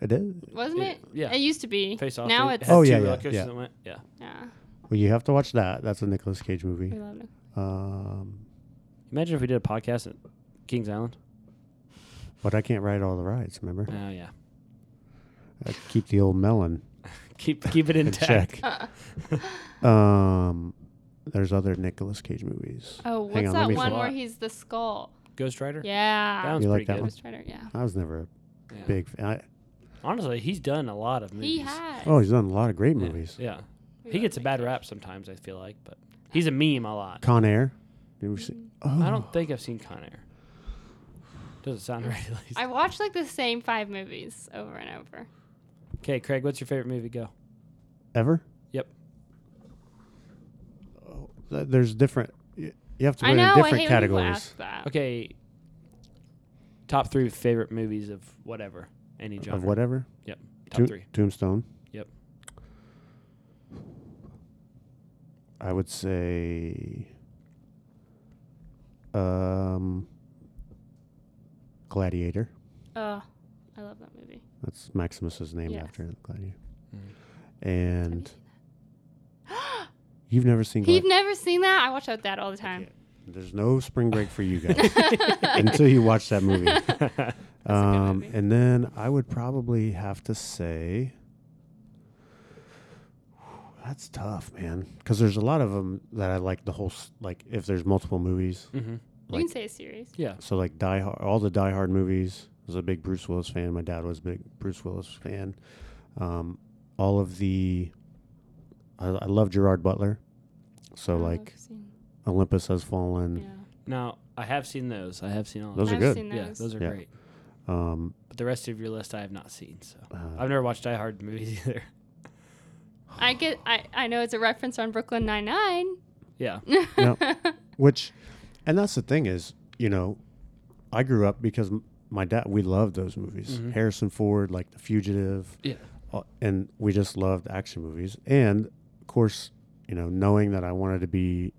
Speaker 1: it is.
Speaker 3: Wasn't
Speaker 2: It-
Speaker 3: it?
Speaker 2: yeah.
Speaker 3: It used to be.
Speaker 2: Face off.
Speaker 3: Now
Speaker 2: it
Speaker 3: it's.
Speaker 2: had
Speaker 1: Oh,
Speaker 2: two
Speaker 1: yeah,
Speaker 2: roller
Speaker 1: yeah,
Speaker 2: coasters
Speaker 1: yeah.
Speaker 2: that went- yeah.
Speaker 3: Yeah.
Speaker 1: Well, you have to watch that. That's a Nicolas Cage
Speaker 3: We
Speaker 1: movie.
Speaker 3: love it.
Speaker 2: Mm.
Speaker 1: Um,
Speaker 2: Imagine if we did a podcast at Kings Island.
Speaker 1: but I can't ride all the rides. Remember,
Speaker 2: Oh yeah.
Speaker 1: I keep the old melon
Speaker 2: Keep keep it
Speaker 1: in
Speaker 2: intact.
Speaker 1: check. um, there's other Nicolas Cage movies.
Speaker 3: Oh, what's
Speaker 1: Hang on, let
Speaker 3: that
Speaker 1: me
Speaker 3: one
Speaker 1: see.
Speaker 3: where he's the skull?
Speaker 2: Ghost Rider. That
Speaker 3: Yeah.
Speaker 2: one's
Speaker 1: You like
Speaker 2: pretty
Speaker 1: that
Speaker 2: good.
Speaker 1: one?
Speaker 3: Ghost Rider. Yeah.
Speaker 1: I was never a
Speaker 2: Yeah.
Speaker 1: big fan. I,
Speaker 2: Honestly, he's done a lot of movies.
Speaker 3: He has.
Speaker 1: oh, he's done a lot of great
Speaker 2: Yeah,
Speaker 1: movies.
Speaker 2: Yeah.
Speaker 3: We
Speaker 2: He
Speaker 3: love
Speaker 2: gets a
Speaker 3: Nick
Speaker 2: bad
Speaker 3: Cage.
Speaker 2: rap sometimes, I feel like, but he's a meme a lot.
Speaker 1: Con Air. Did we see? Oh,
Speaker 2: I don't think I've seen Con Air. Doesn't sound right, at least.
Speaker 3: I watched like the same five movies over and over.
Speaker 2: Okay, Craig, what's your favorite movie? Go.
Speaker 1: ever.
Speaker 2: Yep.
Speaker 1: Oh, th- there's different. You you have to
Speaker 3: I
Speaker 1: put it
Speaker 3: know.
Speaker 1: in
Speaker 3: I hate
Speaker 1: different
Speaker 3: when people
Speaker 1: categories
Speaker 3: ask that.
Speaker 2: Okay. Top three favorite movies of whatever, any genre.
Speaker 1: of whatever.
Speaker 2: Yep. Top
Speaker 1: Tomb-
Speaker 2: three.
Speaker 1: Tombstone.
Speaker 2: Yep.
Speaker 1: I would say. Um. Gladiator.
Speaker 3: Oh, I love that movie.
Speaker 1: That's Maximus's name
Speaker 3: Yes.
Speaker 1: after Gladiator.
Speaker 2: Mm.
Speaker 3: Have you
Speaker 1: And
Speaker 3: seen
Speaker 1: you've never seen
Speaker 3: that? You've
Speaker 1: Gladiator.
Speaker 3: never seen that? I watch out that all the time.
Speaker 1: There's no spring break for you guys until you watch that movie. Um,
Speaker 3: movie.
Speaker 1: And then I would probably have to say that's tough, man, because there's a lot of them that I like the whole s- like if there's multiple movies.
Speaker 2: Mm-hmm.
Speaker 3: you can
Speaker 1: Like-
Speaker 3: say a series.
Speaker 2: Yeah.
Speaker 1: So like Die Hard, all the Die Hard movies. I was a big Bruce Willis fan. My dad was a big Bruce Willis fan. Um, all of the, I, I love Gerard Butler. So
Speaker 3: I don't know
Speaker 1: like
Speaker 3: if you've seen-
Speaker 1: Olympus Has Fallen.
Speaker 3: yeah.
Speaker 2: Now, I have seen those. I have seen all
Speaker 1: Those
Speaker 2: of
Speaker 1: are
Speaker 3: I've
Speaker 1: good.
Speaker 3: Seen
Speaker 2: them. Yeah,
Speaker 3: those.
Speaker 2: those are
Speaker 1: Yeah.
Speaker 2: great.
Speaker 1: Um,
Speaker 2: But the rest of your list I have not seen, so.
Speaker 1: uh,
Speaker 2: I've never watched Die Hard movies either.
Speaker 3: I get. I, I know it's a reference on Brooklyn Nine Nine.
Speaker 2: Yeah.
Speaker 1: which, and that's the thing is, you know, I grew up because m- my dad we loved those movies.
Speaker 2: Mhm.
Speaker 1: Harrison Ford, like The Fugitive,
Speaker 2: Yeah.
Speaker 1: uh, and we just loved action movies. And of course, you know, knowing that I wanted to be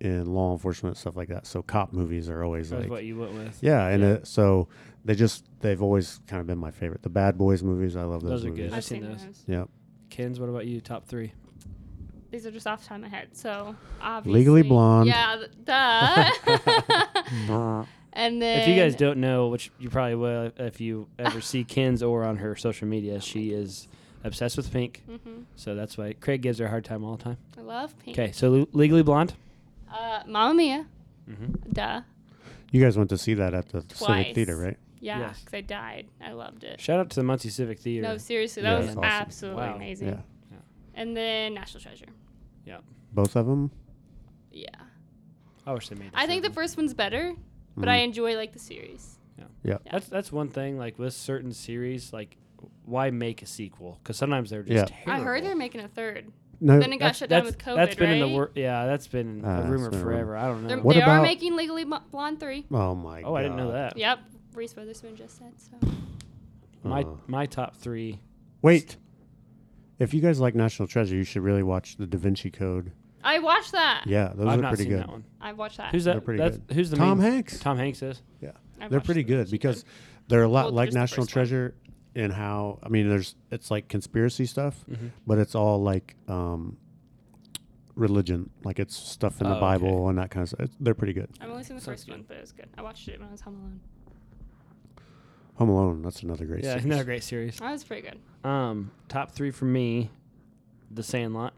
Speaker 1: in law enforcement stuff like that, so cop movies are always
Speaker 2: That's
Speaker 1: like,
Speaker 2: what you went with.
Speaker 1: yeah, and
Speaker 2: yeah.
Speaker 1: uh so they just they've always kind of been my favorite. The Bad Boys movies, I love those,
Speaker 2: Those are
Speaker 1: movies.
Speaker 2: I've seen those.
Speaker 1: Yep.
Speaker 2: Kins, what about you? Top three.
Speaker 3: These are just off the top of my head. So obviously,
Speaker 1: Legally Blonde.
Speaker 3: Yeah, th- duh. And then
Speaker 2: If you guys don't know, which you probably will if you ever see Ken's or on her social media, she is obsessed with pink.
Speaker 3: Mhm.
Speaker 2: So that's why Craig gives her a hard time all the time.
Speaker 3: I love pink.
Speaker 2: Okay, so Le- Legally Blonde.
Speaker 3: Uh, Mamma Mia.
Speaker 2: Mm-hmm.
Speaker 3: Duh.
Speaker 1: You guys went to see that at the Civic
Speaker 3: Twice.
Speaker 1: Theater, right?
Speaker 3: Yeah,
Speaker 2: Yes.
Speaker 3: because I died. I loved it.
Speaker 2: Shout out to the Muncie Civic Theater.
Speaker 3: No, seriously, that
Speaker 1: Yeah,
Speaker 3: was
Speaker 1: that's awesome.
Speaker 3: absolutely
Speaker 2: Wow.
Speaker 3: amazing.
Speaker 1: Yeah.
Speaker 3: And then National Treasure.
Speaker 1: Both of them.
Speaker 3: Yeah.
Speaker 2: I wish they made.
Speaker 3: I think the
Speaker 2: third one.
Speaker 3: first one's better,
Speaker 1: Mm-hmm.
Speaker 3: but
Speaker 1: Mm.
Speaker 3: I enjoy like the series. Yeah.
Speaker 2: That's that's one thing. Like with certain series, like why make a sequel? Because sometimes they're just.
Speaker 1: Yeah.
Speaker 2: Terrible.
Speaker 3: I heard they're making a third.
Speaker 1: No,
Speaker 3: Then it got shut down with COVID,
Speaker 2: That's been in
Speaker 3: right?
Speaker 2: the wor- Yeah, that's been
Speaker 1: Ah,
Speaker 2: a
Speaker 1: that's
Speaker 2: rumor
Speaker 1: been a rumor.
Speaker 2: forever. I don't know.
Speaker 3: They're,
Speaker 1: What
Speaker 3: they are
Speaker 1: about-
Speaker 3: making Legally Mo- Blonde three.
Speaker 1: oh my.
Speaker 2: oh, I didn't know
Speaker 1: God.
Speaker 2: that.
Speaker 3: Yep, Reese Witherspoon just said so.
Speaker 2: My
Speaker 1: Oh.
Speaker 2: my top three.
Speaker 1: Wait. If you guys like National Treasure, you should really watch The Da Vinci Code.
Speaker 3: I watched that.
Speaker 1: Yeah, those
Speaker 2: I've
Speaker 1: are
Speaker 2: not
Speaker 1: pretty
Speaker 2: seen
Speaker 1: good.
Speaker 2: that one.
Speaker 3: I watched that.
Speaker 2: Who's
Speaker 1: They're
Speaker 2: that?
Speaker 1: pretty
Speaker 2: that's,
Speaker 1: good.
Speaker 2: Who's the
Speaker 1: Tom
Speaker 2: main-
Speaker 1: Hanks.
Speaker 2: Tom Hanks is.
Speaker 3: I
Speaker 1: They're
Speaker 3: watched
Speaker 1: pretty
Speaker 3: that.
Speaker 1: good because they're a lot
Speaker 3: Well,
Speaker 1: like
Speaker 3: just the
Speaker 1: National
Speaker 3: first one.
Speaker 1: Treasure in how I mean, there's it's like conspiracy stuff,
Speaker 2: Mhm.
Speaker 1: but it's all like um, religion, like it's stuff in
Speaker 2: Oh,
Speaker 1: the
Speaker 2: okay.
Speaker 1: Bible and that kind of stuff. It's, they're pretty good.
Speaker 3: I've only seen the
Speaker 2: Sounds
Speaker 3: first
Speaker 2: good.
Speaker 3: one, but it was good. I watched it when I was home alone.
Speaker 1: Home Alone, that's another great.
Speaker 2: Yeah,
Speaker 1: series.
Speaker 2: another great series.
Speaker 3: That was pretty good.
Speaker 2: Um, top three for me, The Sandlot.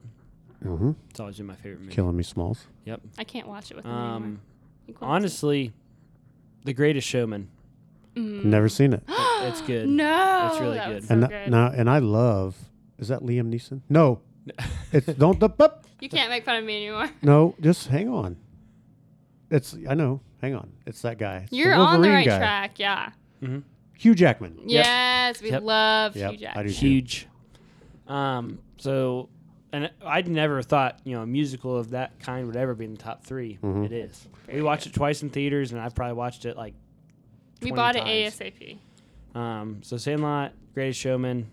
Speaker 1: hmm
Speaker 2: It's always been my favorite movie.
Speaker 1: Killing Me Smalls.
Speaker 2: Yep.
Speaker 3: I can't watch it with him anymore.
Speaker 2: Um,
Speaker 3: You can't.
Speaker 2: honestly, The Greatest Showman.
Speaker 3: Mm.
Speaker 1: Never seen it.
Speaker 2: It- it's good.
Speaker 3: No,
Speaker 2: It's really
Speaker 3: that was
Speaker 2: good.
Speaker 3: so
Speaker 1: and
Speaker 3: good.
Speaker 1: now and I love. Is that Liam Neeson? No, it's don't the bup.
Speaker 3: You can't make fun of me anymore.
Speaker 1: No, just hang on. It's I know. Hang on. It's that guy. It's
Speaker 3: You're on the
Speaker 1: Wolverine
Speaker 3: right
Speaker 1: guy.
Speaker 3: track. Yeah.
Speaker 2: hmm
Speaker 1: Hugh Jackman.
Speaker 2: Yep.
Speaker 3: Yes, we
Speaker 2: Yep.
Speaker 3: love
Speaker 1: Yep,
Speaker 3: Hugh
Speaker 1: I
Speaker 3: Jackman.
Speaker 1: do. too.
Speaker 2: Huge. Um, so, and I'd never thought you know a musical of that kind would ever be in the top 3
Speaker 1: Mhm.
Speaker 2: It is.
Speaker 3: Very
Speaker 2: we watched it twice in theaters, and I've probably watched it like.
Speaker 3: We
Speaker 2: 20
Speaker 3: bought it
Speaker 2: times.
Speaker 3: ASAP.
Speaker 2: Um, so Sandlot, Greatest Showman.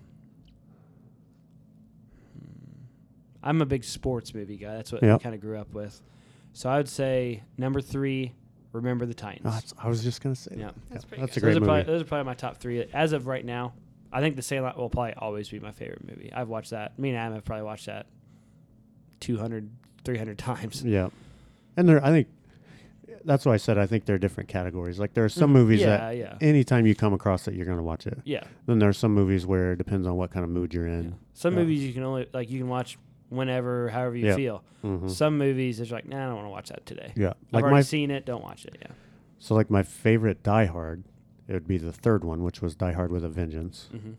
Speaker 2: I'm a big sports movie guy. That's what
Speaker 1: Yep.
Speaker 2: I kind of grew up with. So I would say number three, Remember the Titans.
Speaker 1: Oh, that's- I was just gonna say.
Speaker 2: Yeah.
Speaker 1: that.
Speaker 3: That's pretty
Speaker 1: that's a
Speaker 3: good.
Speaker 1: great
Speaker 2: those, are
Speaker 1: movie.
Speaker 2: probably, those are probably my top three as of right now. I think The Sandlot will probably always be my favorite movie. I've watched that. Me and Adam have probably watched that 200, 300 times.
Speaker 1: Yeah, and there, I think that's why I said I think there are different categories. Like there are some movies
Speaker 2: Mm-hmm. yeah,
Speaker 1: that
Speaker 2: yeah,
Speaker 1: anytime you come across it, you're gonna watch it.
Speaker 2: yeah,
Speaker 1: Then there are some movies where it depends on what kind of mood you're
Speaker 2: yeah.
Speaker 1: in.
Speaker 2: Some
Speaker 1: Yeah.
Speaker 2: movies you can only like you can watch whenever, however you
Speaker 1: Yeah.
Speaker 2: feel.
Speaker 1: Mhm.
Speaker 2: Some movies it's like, nah, I don't want to watch that today.
Speaker 1: Yeah,
Speaker 2: Mm-hmm. I've
Speaker 1: like
Speaker 2: already
Speaker 1: my
Speaker 2: seen it. Don't watch it. Yeah.
Speaker 1: so like my favorite Die Hard, it would be the third one, which was Die Hard with a Vengeance.
Speaker 2: Mm-hmm.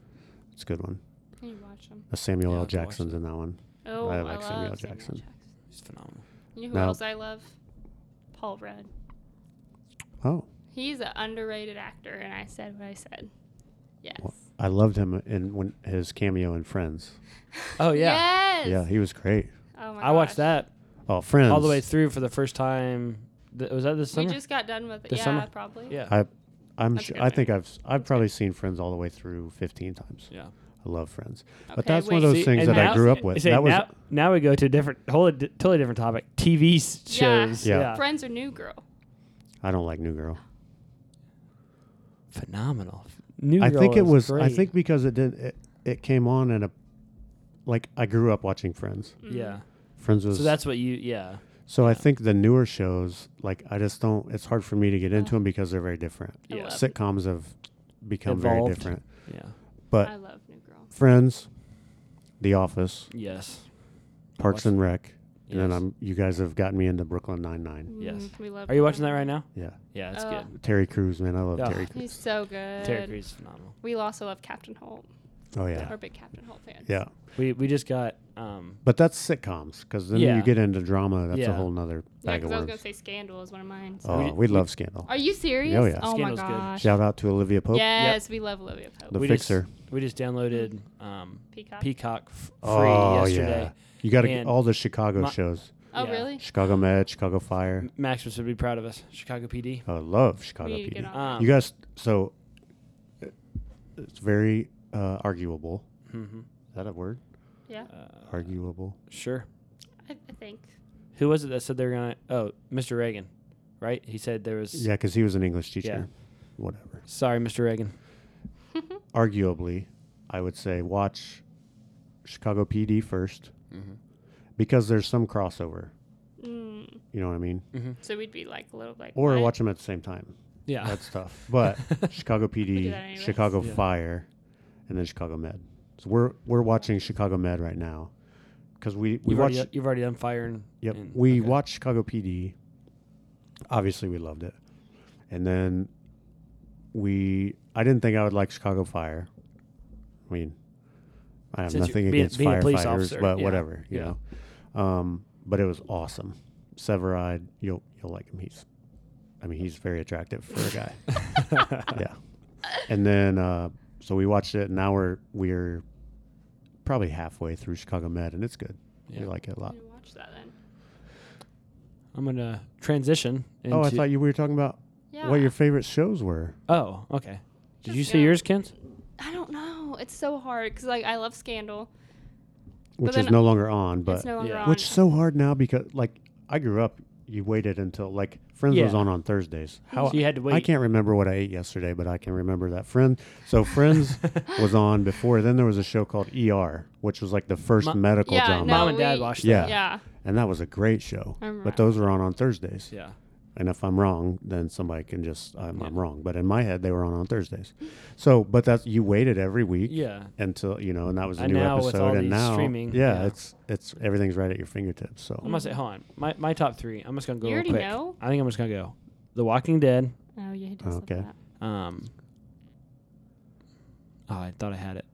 Speaker 1: It's a good one.
Speaker 3: Can you watch him?
Speaker 1: Uh, Samuel
Speaker 2: Yeah,
Speaker 1: L.
Speaker 2: I've watched
Speaker 1: Jackson's in that one.
Speaker 3: Oh, I,
Speaker 1: I like
Speaker 3: love
Speaker 1: Samuel
Speaker 3: Samuel
Speaker 1: Jackson.
Speaker 3: Jackson.
Speaker 2: It's phenomenal.
Speaker 3: You know who
Speaker 1: No.
Speaker 3: else I love? Paul Rudd.
Speaker 1: Oh,
Speaker 3: He's an underrated actor, and I said what I said. Yes.
Speaker 1: Well, I loved him in when his cameo in Friends.
Speaker 2: Oh yeah,
Speaker 3: Yes.
Speaker 1: Yeah, he was great.
Speaker 3: Oh my
Speaker 2: I watched
Speaker 3: gosh.
Speaker 2: that
Speaker 1: Oh, Friends.
Speaker 2: all the way through for the first time. Th- was that this
Speaker 3: We
Speaker 2: summer?
Speaker 3: just got done with it.
Speaker 2: This
Speaker 3: yeah,
Speaker 2: summer?
Speaker 3: probably.
Speaker 2: yeah.
Speaker 1: I, I'm.
Speaker 3: That's a
Speaker 1: Sure,
Speaker 3: good
Speaker 1: I
Speaker 3: movie.
Speaker 1: think I've. I've probably seen Friends all the way through 15 times.
Speaker 2: yeah.
Speaker 1: I love Friends,
Speaker 3: Okay,
Speaker 1: but that's one
Speaker 3: wait.
Speaker 1: of those
Speaker 2: See,
Speaker 1: things
Speaker 2: and
Speaker 1: that I
Speaker 2: now-
Speaker 1: grew up with.
Speaker 2: See,
Speaker 1: That was.
Speaker 2: now, now we go to a different, whole, di- totally different topic. TV s-
Speaker 3: Yeah.
Speaker 2: shows.
Speaker 1: Yeah.
Speaker 3: Friends or New Girl.
Speaker 1: I don't like New Girl.
Speaker 2: Phenomenal. New
Speaker 1: I
Speaker 2: Girl
Speaker 1: think it was. I
Speaker 2: great.
Speaker 1: think because it did. It, it came on in a. Like I grew up watching Friends.
Speaker 3: Mm.
Speaker 2: Yeah.
Speaker 1: Friends was.
Speaker 2: So that's what you. Yeah.
Speaker 1: so I think the newer shows, like I just don't. It's hard for me to get into them because they're very different.
Speaker 3: I
Speaker 2: Yeah.
Speaker 3: love-
Speaker 1: Sitcoms have become very
Speaker 2: Evolved.
Speaker 1: different.
Speaker 2: Yeah.
Speaker 3: I
Speaker 1: But
Speaker 3: love New Girl.
Speaker 1: Friends, The Office,
Speaker 2: Yes.
Speaker 1: Parks
Speaker 2: Watch-
Speaker 1: and Rec, and then
Speaker 2: Yes.
Speaker 1: I'm. You guys have gotten me into Brooklyn Nine Nine.
Speaker 2: Yes.
Speaker 3: Mm, we love
Speaker 2: Are you watching that right now?
Speaker 1: Yeah,
Speaker 2: Yeah, it's
Speaker 3: Oh.
Speaker 2: good.
Speaker 1: Terry Crews, man, I love
Speaker 2: Oh.
Speaker 1: Terry.
Speaker 3: He's so good.
Speaker 2: Terry Crews is phenomenal.
Speaker 3: We also love Captain Holt.
Speaker 1: Oh yeah,
Speaker 3: We're big Captain Holt fans.
Speaker 1: yeah.
Speaker 2: We we just got um
Speaker 1: But that's sitcoms, because then
Speaker 2: Yeah.
Speaker 1: you get into drama. That's a
Speaker 2: Yeah.
Speaker 1: whole nother
Speaker 3: Yeah,
Speaker 1: bag
Speaker 3: because I was
Speaker 1: of
Speaker 3: gonna
Speaker 1: worms.
Speaker 3: say Scandal is one of mine. so-
Speaker 1: Oh,
Speaker 2: We
Speaker 1: we,
Speaker 2: d- we-
Speaker 1: love Scandal.
Speaker 3: Are you serious?
Speaker 1: Oh, yeah.
Speaker 3: my
Speaker 2: Scandal's good.
Speaker 3: gosh.
Speaker 1: Shout out to Olivia Pope,
Speaker 3: Yes, we love Olivia Pope.
Speaker 1: the
Speaker 2: we just-
Speaker 1: fixer.
Speaker 2: we just downloaded um
Speaker 3: Peacock.
Speaker 2: Peacock f- free
Speaker 1: oh
Speaker 2: yesterday.
Speaker 1: yeah, you got to get
Speaker 2: And
Speaker 1: all the Chicago
Speaker 2: my-
Speaker 1: shows:
Speaker 3: oh,
Speaker 2: yeah.
Speaker 3: really?
Speaker 1: Chicago Med, Chicago Fire.
Speaker 2: M- Maximus would be proud of us. Chicago PD.
Speaker 1: I love
Speaker 3: We
Speaker 1: Chicago
Speaker 3: need to get
Speaker 1: PD.
Speaker 3: on.
Speaker 2: Um,
Speaker 1: You guys, so uh, it's very uh, arguable.
Speaker 2: hmm
Speaker 1: Is that a word?
Speaker 3: yeah,
Speaker 2: uh,
Speaker 1: Arguable.
Speaker 2: sure.
Speaker 3: I, I think.
Speaker 2: Who was it that said they're gonna? Oh, Mr. Reagan, right? He said there was.
Speaker 1: Yeah, because he was an English teacher. Whatever.
Speaker 2: Sorry, Mr. Reagan.
Speaker 1: Arguably, I would say watch Chicago PD first
Speaker 2: Mm-hmm.
Speaker 1: because there's some crossover.
Speaker 3: Mm,
Speaker 1: You know what I mean?
Speaker 2: Mm-hmm.
Speaker 3: so we'd be like a little like.
Speaker 1: Or
Speaker 3: what?
Speaker 1: watch them at the same time.
Speaker 2: Yeah.
Speaker 1: That's tough. But Chicago
Speaker 3: do
Speaker 1: PD,
Speaker 3: that anyways.
Speaker 1: Chicago
Speaker 2: Yeah.
Speaker 1: Fire, and then Chicago Med. So we're we're watching Chicago Med right now because we we
Speaker 2: You've
Speaker 1: watch
Speaker 2: already, you've already done fire and.
Speaker 1: Yep.
Speaker 2: and-
Speaker 1: we
Speaker 2: okay.
Speaker 1: watched Chicago PD. Obviously, we loved it. And then we, I didn't think I would like Chicago Fire. I mean, I have
Speaker 2: Since you-
Speaker 1: nothing
Speaker 2: being-
Speaker 1: against
Speaker 2: being a police
Speaker 1: firefighters,
Speaker 2: officer,
Speaker 1: but
Speaker 2: yeah,
Speaker 1: whatever, you
Speaker 2: yeah.
Speaker 1: know. Um, but it was awesome. Severide, you'll you'll like him. He's, I mean, he's very attractive for a guy. yeah. And then, uh, so we watched it. And now we're we're probably halfway through Chicago Med, and it's good.
Speaker 2: Yeah.
Speaker 1: We like it a lot.
Speaker 3: You watch that then.
Speaker 2: I'm gonna transition. Into,
Speaker 1: Oh, I thought you were talking about
Speaker 3: Yeah.
Speaker 1: what your favorite shows were.
Speaker 2: Oh, okay. Did
Speaker 3: Just
Speaker 2: you see
Speaker 3: go.
Speaker 2: yours, Kent?
Speaker 3: I don't know. It's so hard because like I love Scandal.
Speaker 1: which is
Speaker 3: then-
Speaker 1: no longer on, but
Speaker 3: it's no longer
Speaker 2: yeah.
Speaker 3: on.
Speaker 1: which is so hard now because like I grew up, you waited until like Friends was
Speaker 2: Yeah.
Speaker 1: on on Thursdays. How
Speaker 2: So you had to wait.
Speaker 1: I can't remember what I ate yesterday, but I can remember that Friends. So Friends was on before. Then there was a show called ER, which was like the first
Speaker 2: Mo-
Speaker 1: medical
Speaker 3: yeah,
Speaker 1: drama,
Speaker 3: no,
Speaker 2: Mom and Dad
Speaker 3: we-
Speaker 2: watched
Speaker 1: Yeah.
Speaker 2: that.
Speaker 3: yeah.
Speaker 1: and that was a great show.
Speaker 3: I remember
Speaker 1: But
Speaker 3: that.
Speaker 1: those were on on Thursdays.
Speaker 2: Yeah.
Speaker 1: And if I'm wrong, then somebody can just I'm,
Speaker 2: Yeah.
Speaker 1: I'm wrong. But in my head, they were on on Thursdays. So, but that's you waited every week.
Speaker 2: Yeah.
Speaker 1: until you know, and that was a
Speaker 2: And
Speaker 1: new
Speaker 2: now with
Speaker 1: episode.
Speaker 2: all
Speaker 1: and
Speaker 2: these
Speaker 1: now,
Speaker 2: streaming,
Speaker 1: yeah,
Speaker 2: yeah.
Speaker 1: it's it's everything's right at your fingertips. So
Speaker 2: I'm gonna say, hold on. My my top three. I'm just gonna go.
Speaker 3: You
Speaker 2: real
Speaker 3: already
Speaker 2: quick.
Speaker 3: know?
Speaker 2: I think I'm just gonna go. The Walking Dead.
Speaker 3: Oh, you had to slip
Speaker 1: Okay.
Speaker 3: that.
Speaker 2: Um. Oh, I thought I had it.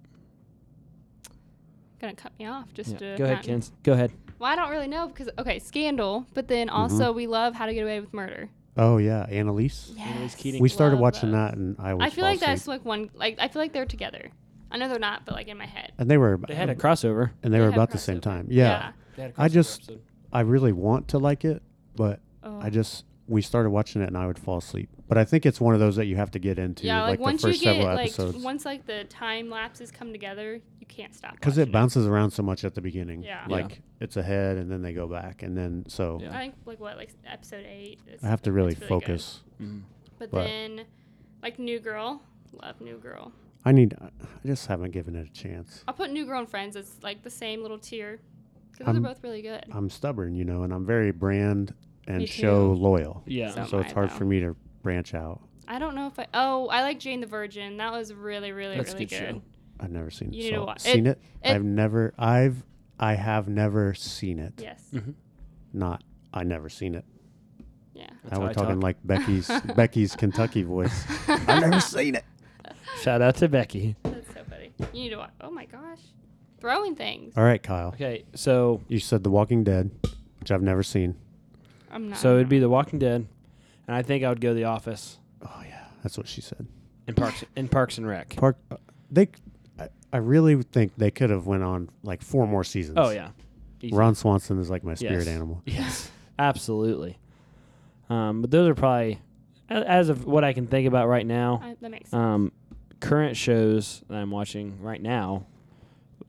Speaker 3: Gonna cut me off just
Speaker 2: Yeah.
Speaker 3: to.
Speaker 2: Go ahead,
Speaker 3: not-
Speaker 2: Kent. Go ahead.
Speaker 3: Well, I don't really know because okay, Scandal, but
Speaker 1: Mm-hmm.
Speaker 3: then also we love How to Get Away with Murder.
Speaker 1: oh yeah, Annalise.
Speaker 2: Annalise Keating.
Speaker 1: We started
Speaker 3: Love
Speaker 1: watching
Speaker 3: those.
Speaker 1: that, and I was
Speaker 3: uh, I feel like
Speaker 1: fall
Speaker 3: that's
Speaker 1: asleep.
Speaker 3: like one. Like I feel like they're together. I know they're not, but like in my head.
Speaker 1: and they were
Speaker 2: They had a crossover.
Speaker 1: and they,
Speaker 3: They
Speaker 1: were
Speaker 3: had
Speaker 1: about the same
Speaker 3: crossover.
Speaker 1: time. Yeah,
Speaker 2: They had a
Speaker 1: I
Speaker 2: crossover
Speaker 1: just-
Speaker 2: episode.
Speaker 1: I really want to like it, but
Speaker 3: Oh.
Speaker 1: I just we started watching it, and I would fall asleep. But I think it's one of those that you have to get into,
Speaker 3: yeah, like,
Speaker 1: like,
Speaker 3: once
Speaker 1: the
Speaker 3: you
Speaker 1: first
Speaker 3: get
Speaker 1: several
Speaker 3: like
Speaker 1: episodes,
Speaker 3: once like the time lapses come together, you can't stop.
Speaker 1: because
Speaker 3: watching
Speaker 1: it bounces around so much at the beginning.
Speaker 3: Yeah. Yeah.
Speaker 1: like it's ahead, and then they go back, and then so
Speaker 2: Yeah.
Speaker 3: I think like what like episode eight. It's,
Speaker 1: I have to really,
Speaker 3: it's good.
Speaker 1: focus.
Speaker 2: Mhm.
Speaker 3: But,
Speaker 1: but-
Speaker 3: then, like New Girl, love New Girl.
Speaker 1: I need. I just haven't given it a chance.
Speaker 3: I'll put New Girl and Friends as like the same little tier
Speaker 2: Um,
Speaker 3: because they're
Speaker 1: I'm-
Speaker 3: both really good.
Speaker 1: I'm stubborn, you know, and I'm very brand
Speaker 3: Me
Speaker 1: and show
Speaker 3: too.
Speaker 1: loyal.
Speaker 2: Yeah.
Speaker 3: So-
Speaker 1: So it's
Speaker 3: I
Speaker 1: hard
Speaker 3: know.
Speaker 1: for me to branch out.
Speaker 3: I don't know if I. Oh, I like Jane the Virgin. That was really, really,
Speaker 2: That's a
Speaker 3: really
Speaker 2: good
Speaker 3: good.
Speaker 2: show.
Speaker 1: I've never seen
Speaker 3: You
Speaker 1: it.
Speaker 3: need to
Speaker 1: So,
Speaker 3: wa- it-
Speaker 1: seen it,
Speaker 3: it-
Speaker 1: I've never I've I have never seen it.
Speaker 3: Yes.
Speaker 2: Mhm.
Speaker 1: Not I never seen it.
Speaker 3: Yeah.
Speaker 2: That's
Speaker 1: now
Speaker 2: how
Speaker 1: we're
Speaker 2: I
Speaker 1: talking
Speaker 2: talk.
Speaker 1: like Becky's Becky's Kentucky voice. I've never seen it.
Speaker 2: Shout out to Becky.
Speaker 3: That's so funny. You need to watch. Oh my gosh. Throwing things.
Speaker 1: All right, Kyle.
Speaker 2: Okay, so
Speaker 1: You said The Walking Dead, which I've never seen.
Speaker 3: I'm not.
Speaker 2: so it'd be The Walking Dead, and I think I would go The Office
Speaker 1: Oh yeah, that's what she said.
Speaker 2: and Parks and Parks and Rec.
Speaker 1: Park uh, they I, I really think they could have went on like four more seasons.
Speaker 2: Oh yeah, Easy.
Speaker 1: Ron Swanson is like my spirit
Speaker 2: Yes.
Speaker 1: animal.
Speaker 2: Yes, absolutely. Um, but those are probably a- as of what I can think about right now.
Speaker 3: I, that makes sense.
Speaker 2: Um, current shows that I'm watching right now,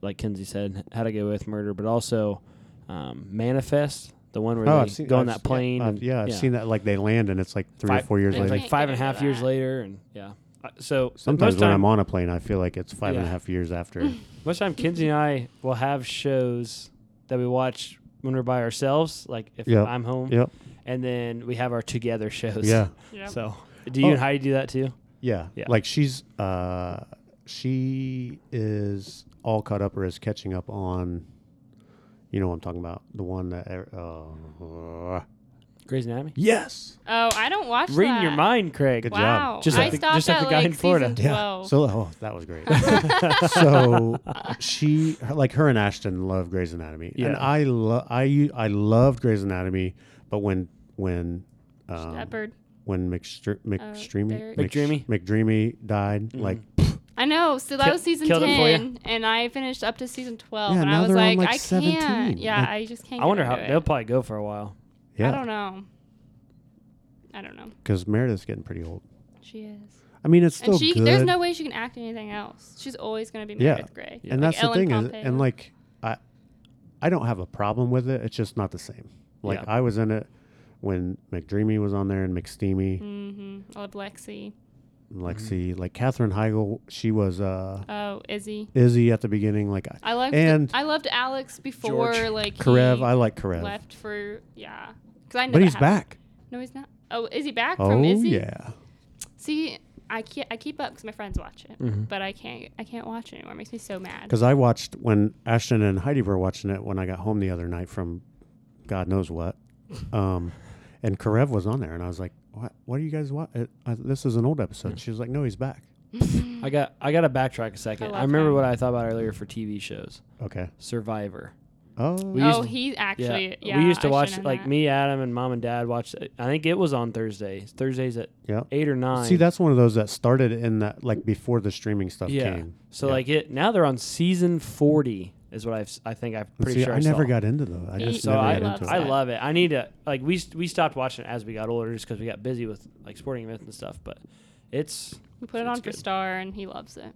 Speaker 2: like Kinsey said, How to Get Away with Murder, but also um, Manifest, the one where
Speaker 1: Oh,
Speaker 2: they
Speaker 1: I've seen-
Speaker 2: go on
Speaker 1: I've
Speaker 2: that
Speaker 1: seen-
Speaker 2: plane.
Speaker 1: I've-
Speaker 2: and-
Speaker 1: yeah, I've seen that. Like they land, and it's like three or
Speaker 2: Five-
Speaker 1: four years
Speaker 2: and it's
Speaker 1: later.
Speaker 2: like five and a
Speaker 3: Get
Speaker 2: half
Speaker 3: over
Speaker 2: years
Speaker 3: that.
Speaker 2: later, and yeah. Uh, So
Speaker 1: Sometimes
Speaker 2: most
Speaker 1: when
Speaker 2: time,
Speaker 1: I'm on a plane, I feel like it's five and a
Speaker 2: Yeah.
Speaker 1: half years after.
Speaker 2: Most time, Kinsey and I will have shows that we watch when we're by ourselves, like if
Speaker 1: Yep.
Speaker 2: I'm home,
Speaker 1: yep.
Speaker 2: and then we have our together shows.
Speaker 1: Yeah.
Speaker 3: yeah.
Speaker 2: So, do you
Speaker 1: Oh.
Speaker 2: and Heidi do that too?
Speaker 1: Yeah.
Speaker 2: Yeah.
Speaker 1: Like she's uh, she is all caught up or is catching up on. You know what I'm talking about? The one that. Uh, uh,
Speaker 2: Grey's Anatomy.
Speaker 1: yes.
Speaker 3: oh, I don't watch
Speaker 2: Reading
Speaker 3: that.
Speaker 2: your mind, Craig.
Speaker 1: Good
Speaker 3: Wow.
Speaker 1: job.
Speaker 2: Just
Speaker 3: I
Speaker 2: like the-
Speaker 3: stopped
Speaker 2: just like
Speaker 3: at
Speaker 2: the guy
Speaker 3: like
Speaker 2: in Florida.
Speaker 3: season
Speaker 1: Yeah.
Speaker 3: 12.
Speaker 1: So oh, that was great. so she her- like her and Ashton love Grey's Anatomy, and
Speaker 2: Yeah.
Speaker 1: I love I u- I loved Grey's Anatomy, but when when um,
Speaker 3: that bird.
Speaker 1: when
Speaker 3: Uh,
Speaker 1: McStre- McStreamy
Speaker 3: Barrett.
Speaker 2: McDreamy? Mm-hmm.
Speaker 1: McDreamy died, like
Speaker 3: I know. So that
Speaker 2: Kill-
Speaker 3: was season
Speaker 2: killed it for ya.
Speaker 3: 10, and I finished up to season 12,
Speaker 1: Yeah,
Speaker 3: and
Speaker 1: now
Speaker 3: I was
Speaker 1: they're on,
Speaker 3: like,
Speaker 1: like,
Speaker 3: I
Speaker 1: 17.
Speaker 3: can't. Yeah,
Speaker 1: Like-
Speaker 3: I just can't.
Speaker 2: I wonder
Speaker 3: get
Speaker 2: how
Speaker 3: into
Speaker 2: they'll
Speaker 3: it.
Speaker 2: probably go for a while.
Speaker 3: I
Speaker 1: yeah,
Speaker 3: don't know. I don't know.
Speaker 1: because Meredith's getting pretty old.
Speaker 3: She is.
Speaker 1: I mean, it's still
Speaker 3: and she,
Speaker 1: good.
Speaker 3: there's no way she can act anything else. She's always going to be
Speaker 1: Yeah.
Speaker 3: Meredith Grey.
Speaker 1: and
Speaker 3: Like
Speaker 1: that's the
Speaker 3: Ellen
Speaker 1: thing is,
Speaker 3: Pompeo.
Speaker 1: and like I, I don't have a problem with it. It's just not the same. Like
Speaker 2: Yeah.
Speaker 1: I was in it when McDreamy was on there and McSteamy,
Speaker 3: hmm I love Lexi.
Speaker 1: and
Speaker 2: Mm-hmm.
Speaker 1: Lexi, like Katherine Heigl. She was uh,
Speaker 3: Oh, Izzy.
Speaker 1: Izzy at the beginning. Like I,
Speaker 3: I loved
Speaker 1: And-
Speaker 3: I loved Alex before
Speaker 2: George.
Speaker 3: like
Speaker 1: Karev,
Speaker 3: he
Speaker 1: I like Karev,
Speaker 3: left for yeah. Cause I know
Speaker 1: but
Speaker 3: that
Speaker 1: he's
Speaker 3: happened.
Speaker 1: back.
Speaker 3: No, he's not. Oh, is he back
Speaker 1: Oh
Speaker 3: from Izzy?
Speaker 1: yeah,
Speaker 3: See, I can't. I keep up because my friends watch it,
Speaker 1: Mm-hmm.
Speaker 3: but I can't. I can't watch it anymore. It makes me so mad.
Speaker 1: Because I watched when Ashton and Heidi were watching it when I got home the other night from God knows what. Um, and Karev was on there, and I was like, What, what are you guys watching? Uh, this is an old
Speaker 2: Hmm.
Speaker 1: episode. She was like, No, he's back.
Speaker 2: I got I got to backtrack a second. I,
Speaker 3: love
Speaker 2: remember
Speaker 3: him.
Speaker 2: what I thought about earlier for TV shows.
Speaker 1: Okay. Survivor.
Speaker 2: Survivor.
Speaker 1: Oh,
Speaker 2: We
Speaker 3: oh,
Speaker 2: used-
Speaker 3: he actually. Yeah,
Speaker 2: we used to
Speaker 3: I
Speaker 2: watch
Speaker 3: should've known
Speaker 2: like
Speaker 3: that.
Speaker 2: me, Adam, and mom and dad watched. it. I think it was on Thursdays. Thursdays at
Speaker 1: yeah.
Speaker 2: eight or nine.
Speaker 1: See, that's one of those that started in that, like, before the streaming stuff
Speaker 2: yeah.
Speaker 1: came.
Speaker 2: So
Speaker 1: Yeah.
Speaker 2: like it now they're on season forty is what I've s- I think I'm
Speaker 1: And
Speaker 2: pretty
Speaker 1: see,
Speaker 2: sure
Speaker 1: I never
Speaker 2: saw.
Speaker 1: got into those. I
Speaker 3: Yeah,
Speaker 1: just
Speaker 2: So
Speaker 1: never
Speaker 2: I,
Speaker 1: got
Speaker 3: love
Speaker 1: into
Speaker 2: I
Speaker 1: it.
Speaker 3: that.
Speaker 2: love it. I need to like we st- we stopped watching it as we got older just because we got busy with like sporting events and stuff. But it's
Speaker 3: We put it
Speaker 2: It's
Speaker 3: on for
Speaker 2: good.
Speaker 3: Star, and he loves it.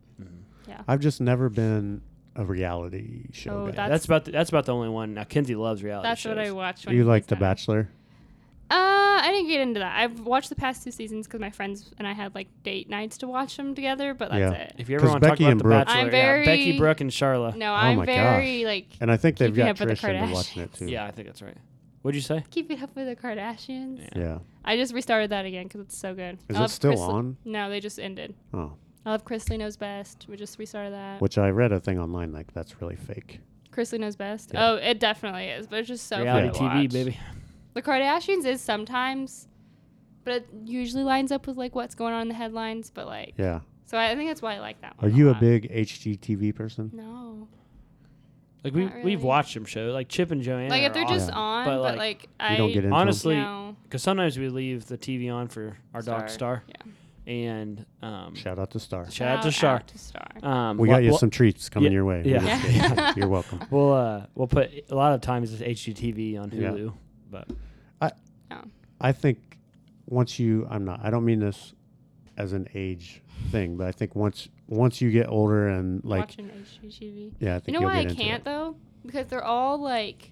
Speaker 1: I've just never been a reality show
Speaker 3: Oh,
Speaker 1: guy.
Speaker 2: that's,
Speaker 3: That's-
Speaker 2: about the, that's about the only one. Now Kenzie loves reality.
Speaker 3: That's what I
Speaker 2: shows.
Speaker 3: watch.
Speaker 1: Do you
Speaker 3: when
Speaker 1: like
Speaker 3: he's
Speaker 1: The
Speaker 3: not on.
Speaker 1: Bachelor?
Speaker 3: Uh, I didn't get into that. I've watched the past two seasons because my friends and I had like date nights to watch them together, but that's
Speaker 1: Yeah.
Speaker 3: it.
Speaker 2: If you ever
Speaker 1: 'Cause
Speaker 2: want to talk
Speaker 1: Becky
Speaker 2: about
Speaker 1: and
Speaker 2: the
Speaker 1: Brooke-
Speaker 2: Bachelor,
Speaker 3: I'm
Speaker 2: yeah, Becky,
Speaker 3: very-
Speaker 2: Brooke, and Charla.
Speaker 3: No,
Speaker 1: Oh my
Speaker 3: I'm very
Speaker 1: gosh.
Speaker 3: like
Speaker 1: And I think they've
Speaker 3: Keeping
Speaker 1: got
Speaker 3: Up with the
Speaker 1: Trish into watching it, too.
Speaker 2: Yeah, I think that's right. What'd you say?
Speaker 3: keeping up with the Kardashians.
Speaker 2: Yeah.
Speaker 1: Yeah.
Speaker 3: I just restarted that again because it's so good.
Speaker 1: Is
Speaker 3: I
Speaker 1: it
Speaker 3: love
Speaker 1: still
Speaker 3: Chris-
Speaker 1: on?
Speaker 3: No, they just ended.
Speaker 1: Oh.
Speaker 3: I love Chrisley Knows Best. We just restarted that.
Speaker 1: Which I read a thing online, like, that's really fake.
Speaker 3: Chrisley Knows Best.
Speaker 1: Yeah.
Speaker 3: Oh, it definitely is, but it's just so
Speaker 2: Reality
Speaker 3: funny to
Speaker 2: TV,
Speaker 3: watch.
Speaker 2: baby.
Speaker 3: The Kardashians is sometimes, but it usually lines up with like what's going on in the headlines. But like,
Speaker 1: Yeah.
Speaker 3: so I think that's why I like that
Speaker 1: Are
Speaker 3: one.
Speaker 1: you a
Speaker 3: lot.
Speaker 1: big HGTV person?
Speaker 3: No.
Speaker 2: Like we
Speaker 3: Not
Speaker 2: we've
Speaker 3: really.
Speaker 2: watched them show like Chip and Joanna.
Speaker 3: Like if
Speaker 2: are
Speaker 3: they're just
Speaker 2: awesome.
Speaker 3: on,
Speaker 2: But,
Speaker 3: but
Speaker 2: like,
Speaker 3: like, I
Speaker 1: you don't get into 'em?
Speaker 2: honestly-
Speaker 3: No.
Speaker 2: Because sometimes we leave the TV on for our dog Star,
Speaker 3: Yeah.
Speaker 2: and um,
Speaker 1: Shout out to Star.
Speaker 2: shout out to
Speaker 3: Shout
Speaker 2: Star.
Speaker 3: out to Star.
Speaker 2: Um,
Speaker 1: We
Speaker 2: wha-
Speaker 1: got you
Speaker 2: wha-
Speaker 1: some treats coming
Speaker 2: yeah,
Speaker 1: your way.
Speaker 2: yeah.
Speaker 1: I'm just kidding. You're welcome.
Speaker 2: We'll uh, we'll put a lot of times it's HGTV on
Speaker 1: Yeah.
Speaker 2: Hulu, but
Speaker 3: No.
Speaker 1: I think once you, I'm not. I don't mean this as an age thing, but I think once once you get older and like,
Speaker 3: watching HGTV.
Speaker 1: yeah, I
Speaker 3: You
Speaker 1: think
Speaker 3: know
Speaker 1: will
Speaker 3: why I
Speaker 1: get into
Speaker 3: can't
Speaker 1: it.
Speaker 3: though? Because they're all like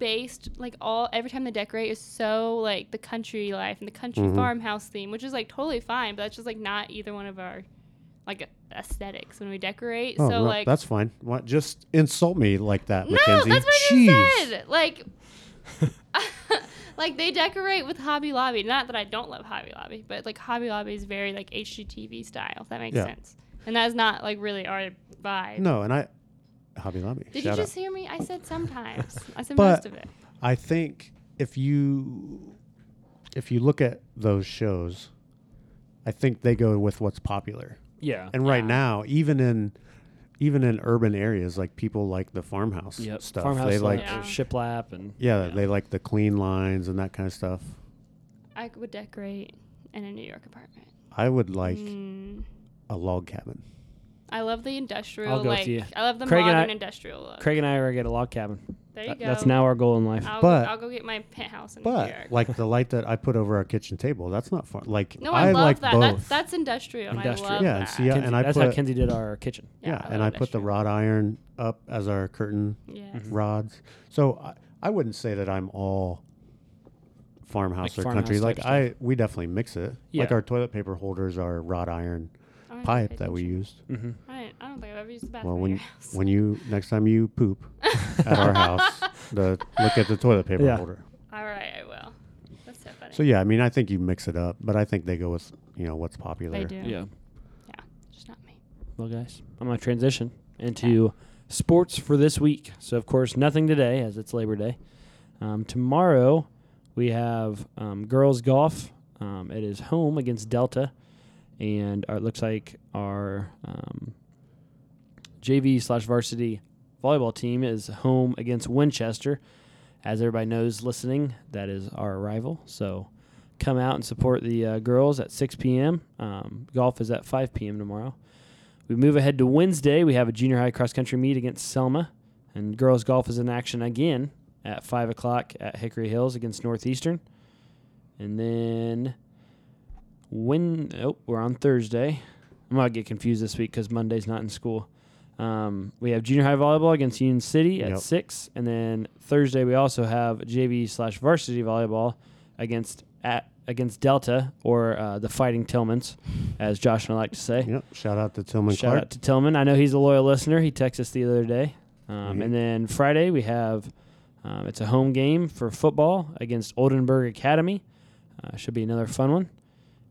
Speaker 3: based like all every time they decorate is so like the country life and the country
Speaker 1: Mhm.
Speaker 3: farmhouse theme, which is like totally fine, but that's just like not either one of our like aesthetics when we decorate.
Speaker 1: Oh,
Speaker 3: so
Speaker 1: no,
Speaker 3: like
Speaker 1: that's fine. What? Just insult me like that,
Speaker 3: No,
Speaker 1: Mackenzie.
Speaker 3: that's what
Speaker 1: Jeez.
Speaker 3: I just said. Like like they decorate with Hobby Lobby. Not that I don't love Hobby Lobby, but like Hobby Lobby is very like HGTV style, if that makes
Speaker 1: Yeah.
Speaker 3: sense. And that is not like really our vibe.
Speaker 1: No, and I, Hobby Lobby.
Speaker 3: Did
Speaker 1: shout
Speaker 3: you
Speaker 1: out.
Speaker 3: just hear me? I said sometimes. I said
Speaker 1: But-
Speaker 3: most of it.
Speaker 1: I think if you if you look at those shows, I think they go with what's popular.
Speaker 2: yeah,
Speaker 1: And right
Speaker 3: Yeah.
Speaker 1: now, even in even in urban areas, like people like the farmhouse
Speaker 2: yep.
Speaker 1: stuff.
Speaker 2: farmhouse
Speaker 1: they like
Speaker 2: or
Speaker 3: Yeah.
Speaker 2: shiplap and
Speaker 1: yeah,
Speaker 2: yeah.
Speaker 1: they like the clean lines and that kind of stuff.
Speaker 3: I would decorate in a New York apartment.
Speaker 1: I would like
Speaker 3: Mm.
Speaker 1: a log cabin.
Speaker 3: I love the industrial.
Speaker 2: I'll go with
Speaker 3: like
Speaker 2: you.
Speaker 3: I love the
Speaker 2: Craig and
Speaker 3: modern
Speaker 2: I-
Speaker 3: industrial look.
Speaker 2: Craig and I are gonna get a log cabin.
Speaker 3: there you
Speaker 2: That-
Speaker 3: go.
Speaker 2: That's now our goal in life.
Speaker 3: I'll,
Speaker 1: But-
Speaker 3: go, I'll go get my penthouse in New
Speaker 1: But
Speaker 3: York.
Speaker 1: like the light that I put over our kitchen table, that's not fun. Like
Speaker 3: no, I,
Speaker 1: I,
Speaker 3: love
Speaker 1: like
Speaker 3: that.
Speaker 1: both.
Speaker 3: That's, that's industrial.
Speaker 2: Industrial.
Speaker 3: And I love
Speaker 1: Yeah,
Speaker 3: that.
Speaker 1: and see, I-
Speaker 2: Kenzie-
Speaker 1: I
Speaker 2: that's how
Speaker 1: put-
Speaker 2: Kenzie did our kitchen.
Speaker 1: yeah,
Speaker 3: love
Speaker 1: and I put the
Speaker 3: industrial.
Speaker 1: wrought iron up as our curtain
Speaker 3: Yes.
Speaker 1: rods. So I, I wouldn't say that I'm all farmhouse
Speaker 2: Like
Speaker 1: or country.
Speaker 2: farmhouse
Speaker 1: Like
Speaker 2: type
Speaker 1: I, we definitely mix it. Like
Speaker 2: Yeah.
Speaker 1: our toilet paper holders are wrought iron
Speaker 3: I don't
Speaker 1: pipe
Speaker 3: think
Speaker 1: that
Speaker 3: I
Speaker 1: we
Speaker 3: should-
Speaker 1: used.
Speaker 2: Mm-hmm.
Speaker 3: I don't, I don't think I've ever used the bathroom
Speaker 1: Well,
Speaker 3: in
Speaker 1: when
Speaker 3: your house.
Speaker 1: when you next time you poop at our house, the look at the toilet paper
Speaker 2: Yeah.
Speaker 1: holder.
Speaker 3: All right, I will. That's so funny.
Speaker 1: So yeah, I mean, I think you mix it up, but I think they go with you know what's popular.
Speaker 3: they do.
Speaker 2: Yeah.
Speaker 3: Yeah, Just not me.
Speaker 2: Well, guys, I'm gonna transition into sports for this week. So, of course, nothing today as it's Labor Day. Um, tomorrow we have um, girls golf. Um, it is home against Delta, and our, it looks like our um, JV slash varsity volleyball team is home against Winchester. As everybody knows, listening, that is our rival. So. Come out and support the uh, girls at 6 p.m. Um, golf is at 5 p.m. tomorrow. We move ahead to Wednesday. We have a junior high cross country meet against Selma, and girls golf is in action again at five o'clock at Hickory Hills against Northeastern. And then when oh we're on Thursday, I'm gonna get confused this week because Monday's not in school. Um, we have junior high volleyball against Union City at
Speaker 1: Yep.
Speaker 2: six, and then Thursday we also have JV slash varsity volleyball against at against Delta or uh, the Fighting Tillmans, as Josh and I like to say.
Speaker 1: Yep. Shout out to Tillman
Speaker 2: Shout
Speaker 1: Clark.
Speaker 2: out to Tillman. I know he's a loyal listener. He texted us the other day. Um,
Speaker 1: Mhm.
Speaker 2: And then Friday we have um, it's a home game for football against Oldenburg Academy. Uh, should be another fun one.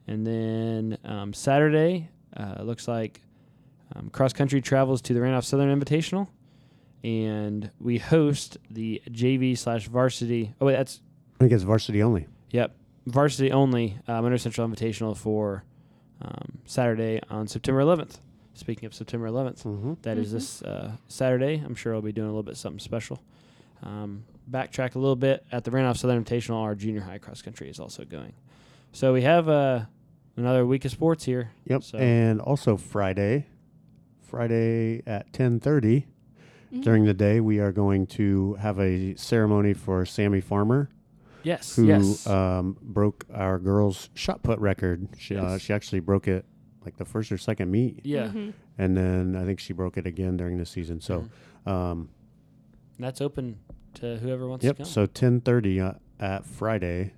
Speaker 2: And then um, Saturday, uh, it looks like um, cross country travels to the Randolph Southern Invitational, and we host the JV slash varsity. Oh wait, that's
Speaker 1: I think it's varsity only.
Speaker 2: Yep. Varsity only uh, Monroe Central Invitational for um, Saturday on September 11th. Speaking of September 11th,
Speaker 1: Mm-hmm.
Speaker 2: that is
Speaker 3: Mhm.
Speaker 2: this uh, Saturday. I'm sure I'll be doing a little bit something special. Um, backtrack a little bit at the Randolph Southern Invitational. Our junior high cross country is also going. So we have uh, another week of sports here.
Speaker 1: Yep.
Speaker 2: So-
Speaker 1: And also Friday, Friday at ten thirty
Speaker 3: Mm-hmm.
Speaker 1: during the day, we are going to have a ceremony for Sammy Farmer,
Speaker 2: Yes.
Speaker 1: who
Speaker 2: yes.
Speaker 1: um, broke our girls' shot put record. She, uh,
Speaker 2: Yes.
Speaker 1: she actually broke it like the first or second meet,
Speaker 2: yeah.
Speaker 3: Mhm.
Speaker 1: and then I think she broke it again during the season. So,
Speaker 2: Mm-hmm.
Speaker 1: um,
Speaker 2: That's open to whoever wants to
Speaker 1: yep.
Speaker 2: come.
Speaker 1: So ten thirty uh, at Friday,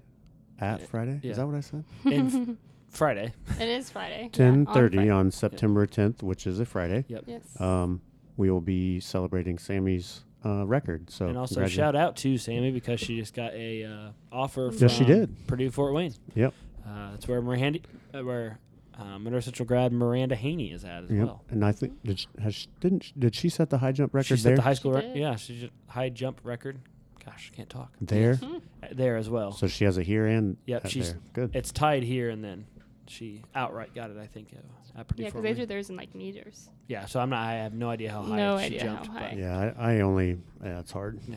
Speaker 1: at Friday.
Speaker 2: yeah.
Speaker 1: Is that what I said?
Speaker 2: And Friday.
Speaker 3: It is Friday. Yeah, on
Speaker 1: Ten thirty
Speaker 3: Friday.
Speaker 1: on September tenth, which is a Friday.
Speaker 3: Yes.
Speaker 1: Um, we will be celebrating Sammy's uh, record. So,
Speaker 2: and also
Speaker 1: congratulations.
Speaker 2: shout out to Sammy because she just got a uh, offer from
Speaker 1: Yes, she did.
Speaker 2: Purdue Fort Wayne.
Speaker 1: Yep.
Speaker 2: Uh, that's where Miranda, uh, where um, Monroe Central grad Miranda Haney is at as
Speaker 1: Yep.
Speaker 2: well.
Speaker 1: And I think did she, has she, didn't she, did she set the high jump record
Speaker 2: She set
Speaker 1: there?
Speaker 2: the high school
Speaker 3: She
Speaker 2: record.
Speaker 3: did.
Speaker 2: Yeah, she's a high jump record. Gosh, I can't talk.
Speaker 1: there.
Speaker 3: Hmm.
Speaker 2: Uh, There as well.
Speaker 1: So she has a here and
Speaker 2: Yep,
Speaker 1: at
Speaker 2: she's-
Speaker 1: there. Good.
Speaker 2: it's tied here, and then she outright got it. I think uh, at Purdue
Speaker 3: yeah, because
Speaker 2: Fort
Speaker 3: they
Speaker 2: Wayne.
Speaker 3: do theirs in like meters.
Speaker 2: yeah. So I'm not. I have no idea how high
Speaker 3: No
Speaker 2: she
Speaker 3: idea how
Speaker 2: jumped.
Speaker 3: high.
Speaker 2: but,
Speaker 1: yeah, I, I only yeah, it's hard.
Speaker 2: yeah.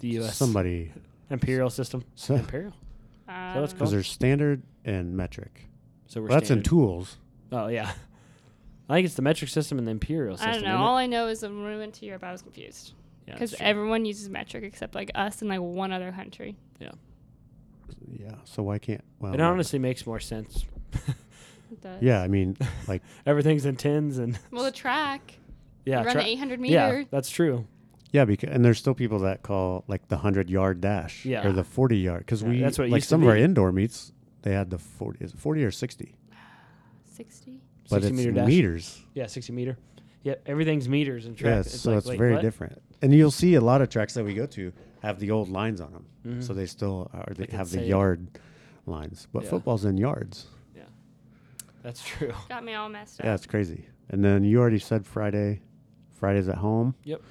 Speaker 2: The U.S.
Speaker 1: Somebody
Speaker 2: imperial system.
Speaker 1: so
Speaker 2: imperial.
Speaker 3: Um,
Speaker 2: it's
Speaker 1: because
Speaker 2: called?
Speaker 1: there's standard and metric.
Speaker 2: So we're
Speaker 1: Well, that's
Speaker 2: standard.
Speaker 1: in tools.
Speaker 2: Oh yeah. I think it's the metric system and the imperial system.
Speaker 3: I don't know.
Speaker 2: isn't it?
Speaker 3: All I know is that when we went to Europe, I was confused
Speaker 2: Yeah,
Speaker 3: because
Speaker 2: that's true.
Speaker 3: everyone uses metric except like us and like one other country.
Speaker 1: Yeah. So why can't? Well,
Speaker 2: it
Speaker 1: no.
Speaker 2: honestly makes more sense.
Speaker 3: It does.
Speaker 1: Yeah, I mean, like
Speaker 2: Everything's in tens and
Speaker 3: Well, the track.
Speaker 2: yeah,
Speaker 3: you run
Speaker 2: tra-
Speaker 3: the 800 meter.
Speaker 2: yeah, that's true.
Speaker 1: yeah, because and there's still people that call like the hundred yard dash
Speaker 2: Yeah.
Speaker 1: or the forty yard because
Speaker 2: Yeah,
Speaker 1: we
Speaker 2: that's what it
Speaker 1: like
Speaker 2: used to
Speaker 1: some of our
Speaker 2: be.
Speaker 1: indoor meets they had the forty is it forty or sixty,
Speaker 3: 60.
Speaker 1: but
Speaker 2: 60
Speaker 1: it's
Speaker 2: meter dash.
Speaker 1: meters.
Speaker 2: Yeah, sixty meter. Yeah, everything's meters and track.
Speaker 1: Yes, so
Speaker 2: like,
Speaker 1: it's
Speaker 2: wait,
Speaker 1: very
Speaker 2: what?
Speaker 1: different. And you'll see a lot of tracks that we go to have the old lines on them,
Speaker 2: Mm-hmm.
Speaker 1: so they still are they
Speaker 2: Like
Speaker 1: have the
Speaker 2: insane.
Speaker 1: yard lines. But
Speaker 2: Yeah.
Speaker 1: football's in yards.
Speaker 2: That's true.
Speaker 3: Got me all messed
Speaker 1: Yeah,
Speaker 3: up.
Speaker 1: it's crazy. And then you already said Friday. Friday's at home.
Speaker 2: Yep.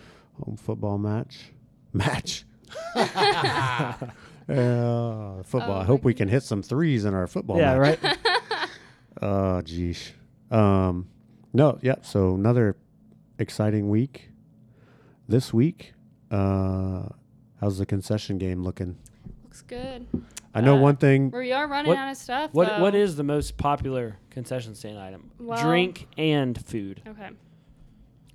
Speaker 1: Home football match. Match. Uh, football.
Speaker 3: Oh,
Speaker 1: I
Speaker 3: my
Speaker 1: hope we can hit some threes in our football.
Speaker 2: yeah,
Speaker 1: match.
Speaker 2: right.
Speaker 1: Oh, geez. Um, no, yeah. So another exciting week. This week, uh, how's the concession game looking?
Speaker 3: Looks good.
Speaker 1: I know
Speaker 2: Uh,
Speaker 1: one thing.
Speaker 3: We are running
Speaker 2: What-
Speaker 3: out of stuff.
Speaker 2: What
Speaker 3: though.
Speaker 2: what is the most popular concession stand item?
Speaker 3: Well-
Speaker 2: Drink and food.
Speaker 3: Okay.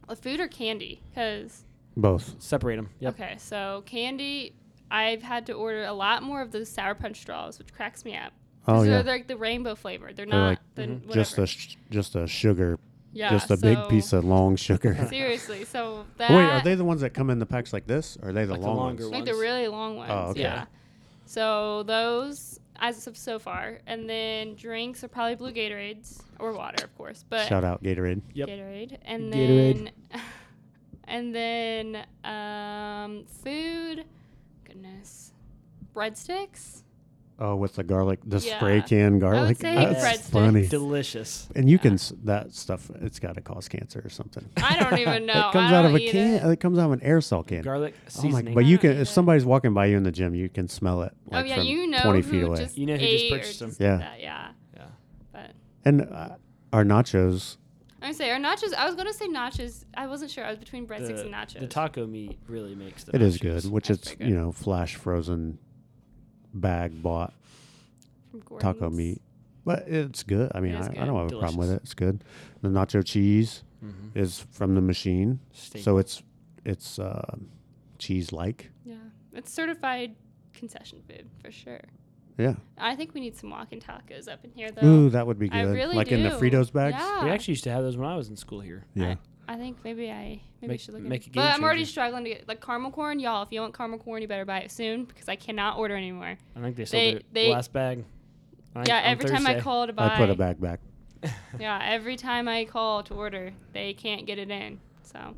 Speaker 3: Well, food or candy? Because
Speaker 1: Both.
Speaker 2: Separate them. Yep.
Speaker 3: Okay, so candy, I've had to order a lot more of those sour punch straws, which cracks me up.
Speaker 1: Oh
Speaker 3: 'Cause
Speaker 1: yeah.
Speaker 3: they're, like the rainbow flavor. They're,
Speaker 1: They're,
Speaker 3: not
Speaker 1: like,
Speaker 3: the
Speaker 2: mhm,
Speaker 3: whatever.
Speaker 1: Just a sh- just a sugar.
Speaker 3: yeah,
Speaker 1: just a big
Speaker 3: so-
Speaker 1: piece of long sugar.
Speaker 3: seriously. So that
Speaker 1: Wait, are they the ones that come in the packs like this? Or are they the
Speaker 2: Like the
Speaker 1: long
Speaker 2: longer
Speaker 1: ones?
Speaker 2: one.
Speaker 3: like the
Speaker 2: ones?
Speaker 3: really long ones?
Speaker 1: Oh, okay.
Speaker 3: Yeah. So those as of so far, and then drinks are probably blue Gatorades or water, of course, but
Speaker 1: Shout out Gatorade.
Speaker 2: Yep.
Speaker 3: Gatorade, and
Speaker 2: Gatorade.
Speaker 3: then and then um, food. Goodness, breadsticks.
Speaker 1: Oh, with the garlic, the spray
Speaker 3: Yeah.
Speaker 1: can garlic.
Speaker 3: would say
Speaker 1: That's
Speaker 2: breadsticks.
Speaker 1: funny.
Speaker 2: Delicious.
Speaker 1: And you can s- that stuff. It's got to cause cancer or something.
Speaker 3: I don't even know.
Speaker 1: it comes
Speaker 3: Oh, I
Speaker 1: out
Speaker 3: don't
Speaker 1: of a
Speaker 3: eat
Speaker 1: can.
Speaker 3: it.
Speaker 1: It comes out of an aerosol can.
Speaker 2: Garlic
Speaker 1: Oh my!
Speaker 2: seasoning.
Speaker 1: But you
Speaker 3: I don't
Speaker 1: can.
Speaker 3: eat
Speaker 1: If
Speaker 3: it.
Speaker 1: somebody's walking by you in the gym, you can smell it. Like
Speaker 3: oh yeah,
Speaker 1: from
Speaker 3: you know
Speaker 1: twenty
Speaker 3: who
Speaker 1: feet away.
Speaker 3: Just
Speaker 2: You know who just
Speaker 3: ate or
Speaker 2: purchased them.
Speaker 3: just
Speaker 1: Yeah.
Speaker 3: that, yeah.
Speaker 2: yeah.
Speaker 3: But
Speaker 1: and uh, our nachos.
Speaker 3: I'm say our nachos. I was gonna say nachos. I wasn't sure. I was between breadsticks and nachos.
Speaker 2: the taco meat really makes the
Speaker 1: It is
Speaker 2: nachos.
Speaker 1: good, which
Speaker 3: That's
Speaker 1: it's
Speaker 3: pretty
Speaker 1: you
Speaker 3: good.
Speaker 1: know flash frozen, bag bought
Speaker 3: from Gordon's.
Speaker 1: taco meat. But it's good. I mean,
Speaker 3: It
Speaker 1: I,
Speaker 3: is
Speaker 1: I
Speaker 3: good.
Speaker 1: don't have a problem with
Speaker 2: Delicious.
Speaker 1: it. It's good. The nacho cheese
Speaker 2: Mhm.
Speaker 1: is from the machine,
Speaker 2: Steak.
Speaker 1: so it's it's uh, cheese like.
Speaker 3: Yeah, it's certified concession food for sure.
Speaker 1: Yeah.
Speaker 3: I think we need some walking tacos up in here though.
Speaker 1: Ooh, that would be good.
Speaker 3: I really
Speaker 1: like in the
Speaker 3: do.
Speaker 1: Fritos bags.
Speaker 3: Yeah.
Speaker 2: we actually used to have those when I was in school here.
Speaker 1: Yeah.
Speaker 3: I think maybe I maybe I
Speaker 2: Make-
Speaker 3: should look.
Speaker 2: make
Speaker 3: into
Speaker 2: a
Speaker 3: but
Speaker 2: game
Speaker 3: I'm already
Speaker 2: changer.
Speaker 3: struggling to get like caramel corn, y'all. If you want caramel corn, you better buy it soon because I cannot order anymore.
Speaker 2: I think they sold
Speaker 3: They-
Speaker 2: their
Speaker 3: they-
Speaker 2: last bag. I think
Speaker 3: yeah,
Speaker 2: on
Speaker 3: every time I
Speaker 2: Thursday.
Speaker 3: call to buy,
Speaker 1: I put a bag back.
Speaker 3: yeah, every time I call to order, they can't get it in. So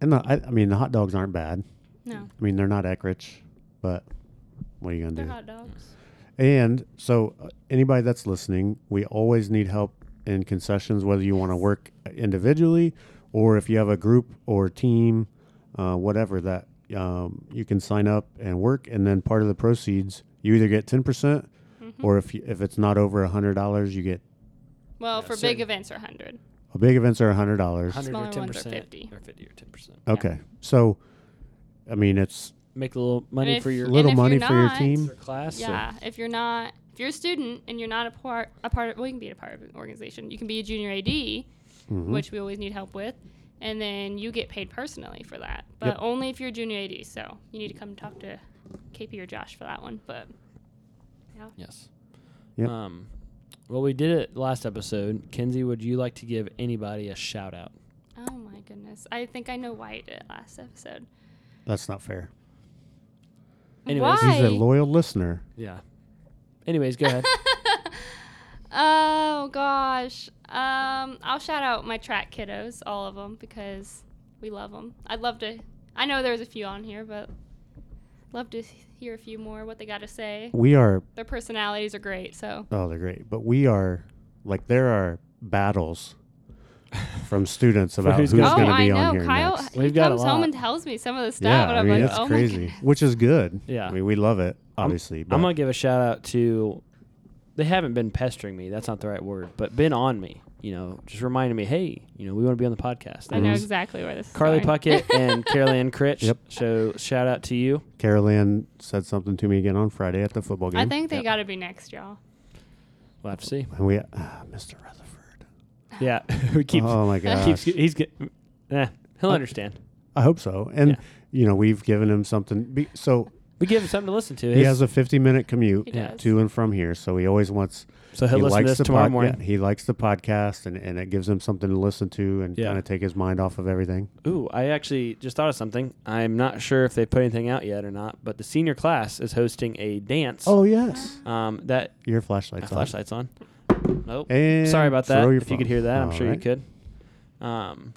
Speaker 1: And the, I, I mean, the hot dogs aren't bad.
Speaker 3: no,
Speaker 1: I mean, they're not Eckrich, but what are you going to
Speaker 3: they're
Speaker 1: do?
Speaker 3: hot dogs.
Speaker 1: And so, uh, anybody that's listening, we always need help in concessions, whether you want to work uh, individually or if you have a group or team, uh, whatever that um, you can sign up and work. And then part of the proceeds, you either get 10%, percent
Speaker 3: Mm-hmm.
Speaker 1: or if, you, if it's not over $100, you get
Speaker 2: Yeah,
Speaker 3: Well, for
Speaker 2: certain-
Speaker 3: big events are 100.
Speaker 1: a big events are $100.
Speaker 2: Hundred or
Speaker 3: Smaller
Speaker 2: ten
Speaker 3: ones are
Speaker 2: percent,
Speaker 3: 50.
Speaker 2: or fifty or ten percent.
Speaker 1: Okay. So, I mean, it's
Speaker 2: Make a little
Speaker 3: And
Speaker 2: money
Speaker 3: if-
Speaker 2: for your
Speaker 1: a little
Speaker 3: and if
Speaker 1: money
Speaker 3: you're
Speaker 1: for your
Speaker 3: not-
Speaker 1: team.
Speaker 2: your class. or-
Speaker 3: Yeah, if you're not, if you're a student and you're not a part, a part of, well, you can be a part of an organization. You can be a junior AD,
Speaker 1: Mhm.
Speaker 3: which we always need help with, and then you get paid personally for that, but
Speaker 1: Yep.
Speaker 3: only if you're a junior AD. So you need to come talk to KP or Josh for that one. But
Speaker 2: Yes.
Speaker 1: Yep.
Speaker 2: Um, well, we did it last episode. Kenzie, would you like to give anybody a shout out?
Speaker 3: oh my goodness, I think I know why you did it last episode.
Speaker 1: That's not fair.
Speaker 2: Anyways.
Speaker 3: why?
Speaker 1: He's a loyal listener.
Speaker 2: Yeah. Anyways, go ahead.
Speaker 3: oh gosh. Um, I'll shout out my track kiddos, all of them, because we love them. I'd love to. I know there's a few on here, but love to hear a few more. What they got to say.
Speaker 1: We are
Speaker 3: Their personalities are great. So
Speaker 1: Oh, they're great. But we are like there are battles from students about
Speaker 2: who's
Speaker 1: who's,
Speaker 2: gonna
Speaker 3: oh,
Speaker 2: be
Speaker 1: going to
Speaker 3: I
Speaker 1: be on
Speaker 3: know.
Speaker 1: here
Speaker 3: Kyle,
Speaker 1: next.
Speaker 3: he
Speaker 2: We've got a
Speaker 3: comes home
Speaker 2: lot.
Speaker 3: and tells me some of the stuff,
Speaker 1: Yeah,
Speaker 3: and
Speaker 1: I
Speaker 3: I'm
Speaker 1: mean
Speaker 3: like,
Speaker 1: it's
Speaker 3: oh
Speaker 1: crazy,
Speaker 3: my god.
Speaker 1: which is good.
Speaker 2: Yeah.
Speaker 1: I mean we love it, obviously. but
Speaker 2: I'm gonna give a shout out to. They haven't been pestering me. That's not the right word, but been on me. You know, just reminding me, hey, you know, we want to be on the podcast.
Speaker 3: I know
Speaker 2: Mhm.
Speaker 3: exactly where this.
Speaker 2: Carly
Speaker 3: is going.
Speaker 2: Puckett and Carol Ann Critch.
Speaker 1: Yep.
Speaker 2: So shout out to you.
Speaker 1: Carol Ann said something to me again on Friday at the football game.
Speaker 3: I think they
Speaker 2: Yep.
Speaker 3: got to be next, y'all.
Speaker 2: We'll have to see.
Speaker 1: and we ah, Mr. Rutherford.
Speaker 2: Yeah, we keep.
Speaker 1: oh my gosh. Uh,
Speaker 2: keeps, he's get. Eh, he'll understand.
Speaker 1: I hope so. And
Speaker 2: Yeah.
Speaker 1: you know, we've given him something be, so
Speaker 2: We give him something to listen to.
Speaker 1: he has a 50-minute commute
Speaker 3: He
Speaker 2: Yeah.
Speaker 3: does.
Speaker 1: to and from here, so he always wants
Speaker 2: so he'll listen to this
Speaker 1: the
Speaker 2: tomorrow
Speaker 1: pod-
Speaker 2: morning.
Speaker 1: yeah, he likes the podcast, and, and it gives him something to listen to and
Speaker 2: Yeah.
Speaker 1: kind of take his mind off of everything.
Speaker 2: Ooh, I actually just thought of something. I'm not sure if they put anything out yet or not, but the senior class is hosting a dance.
Speaker 1: Oh yes,
Speaker 2: Um, that
Speaker 1: your
Speaker 2: my
Speaker 1: flashlight's on.
Speaker 2: flashlight's on. Nope.
Speaker 1: And
Speaker 2: Sorry about that.
Speaker 1: throw your
Speaker 2: If you could
Speaker 1: phone.
Speaker 2: hear that, I'm
Speaker 1: All
Speaker 2: sure
Speaker 1: right.
Speaker 2: you could. Um,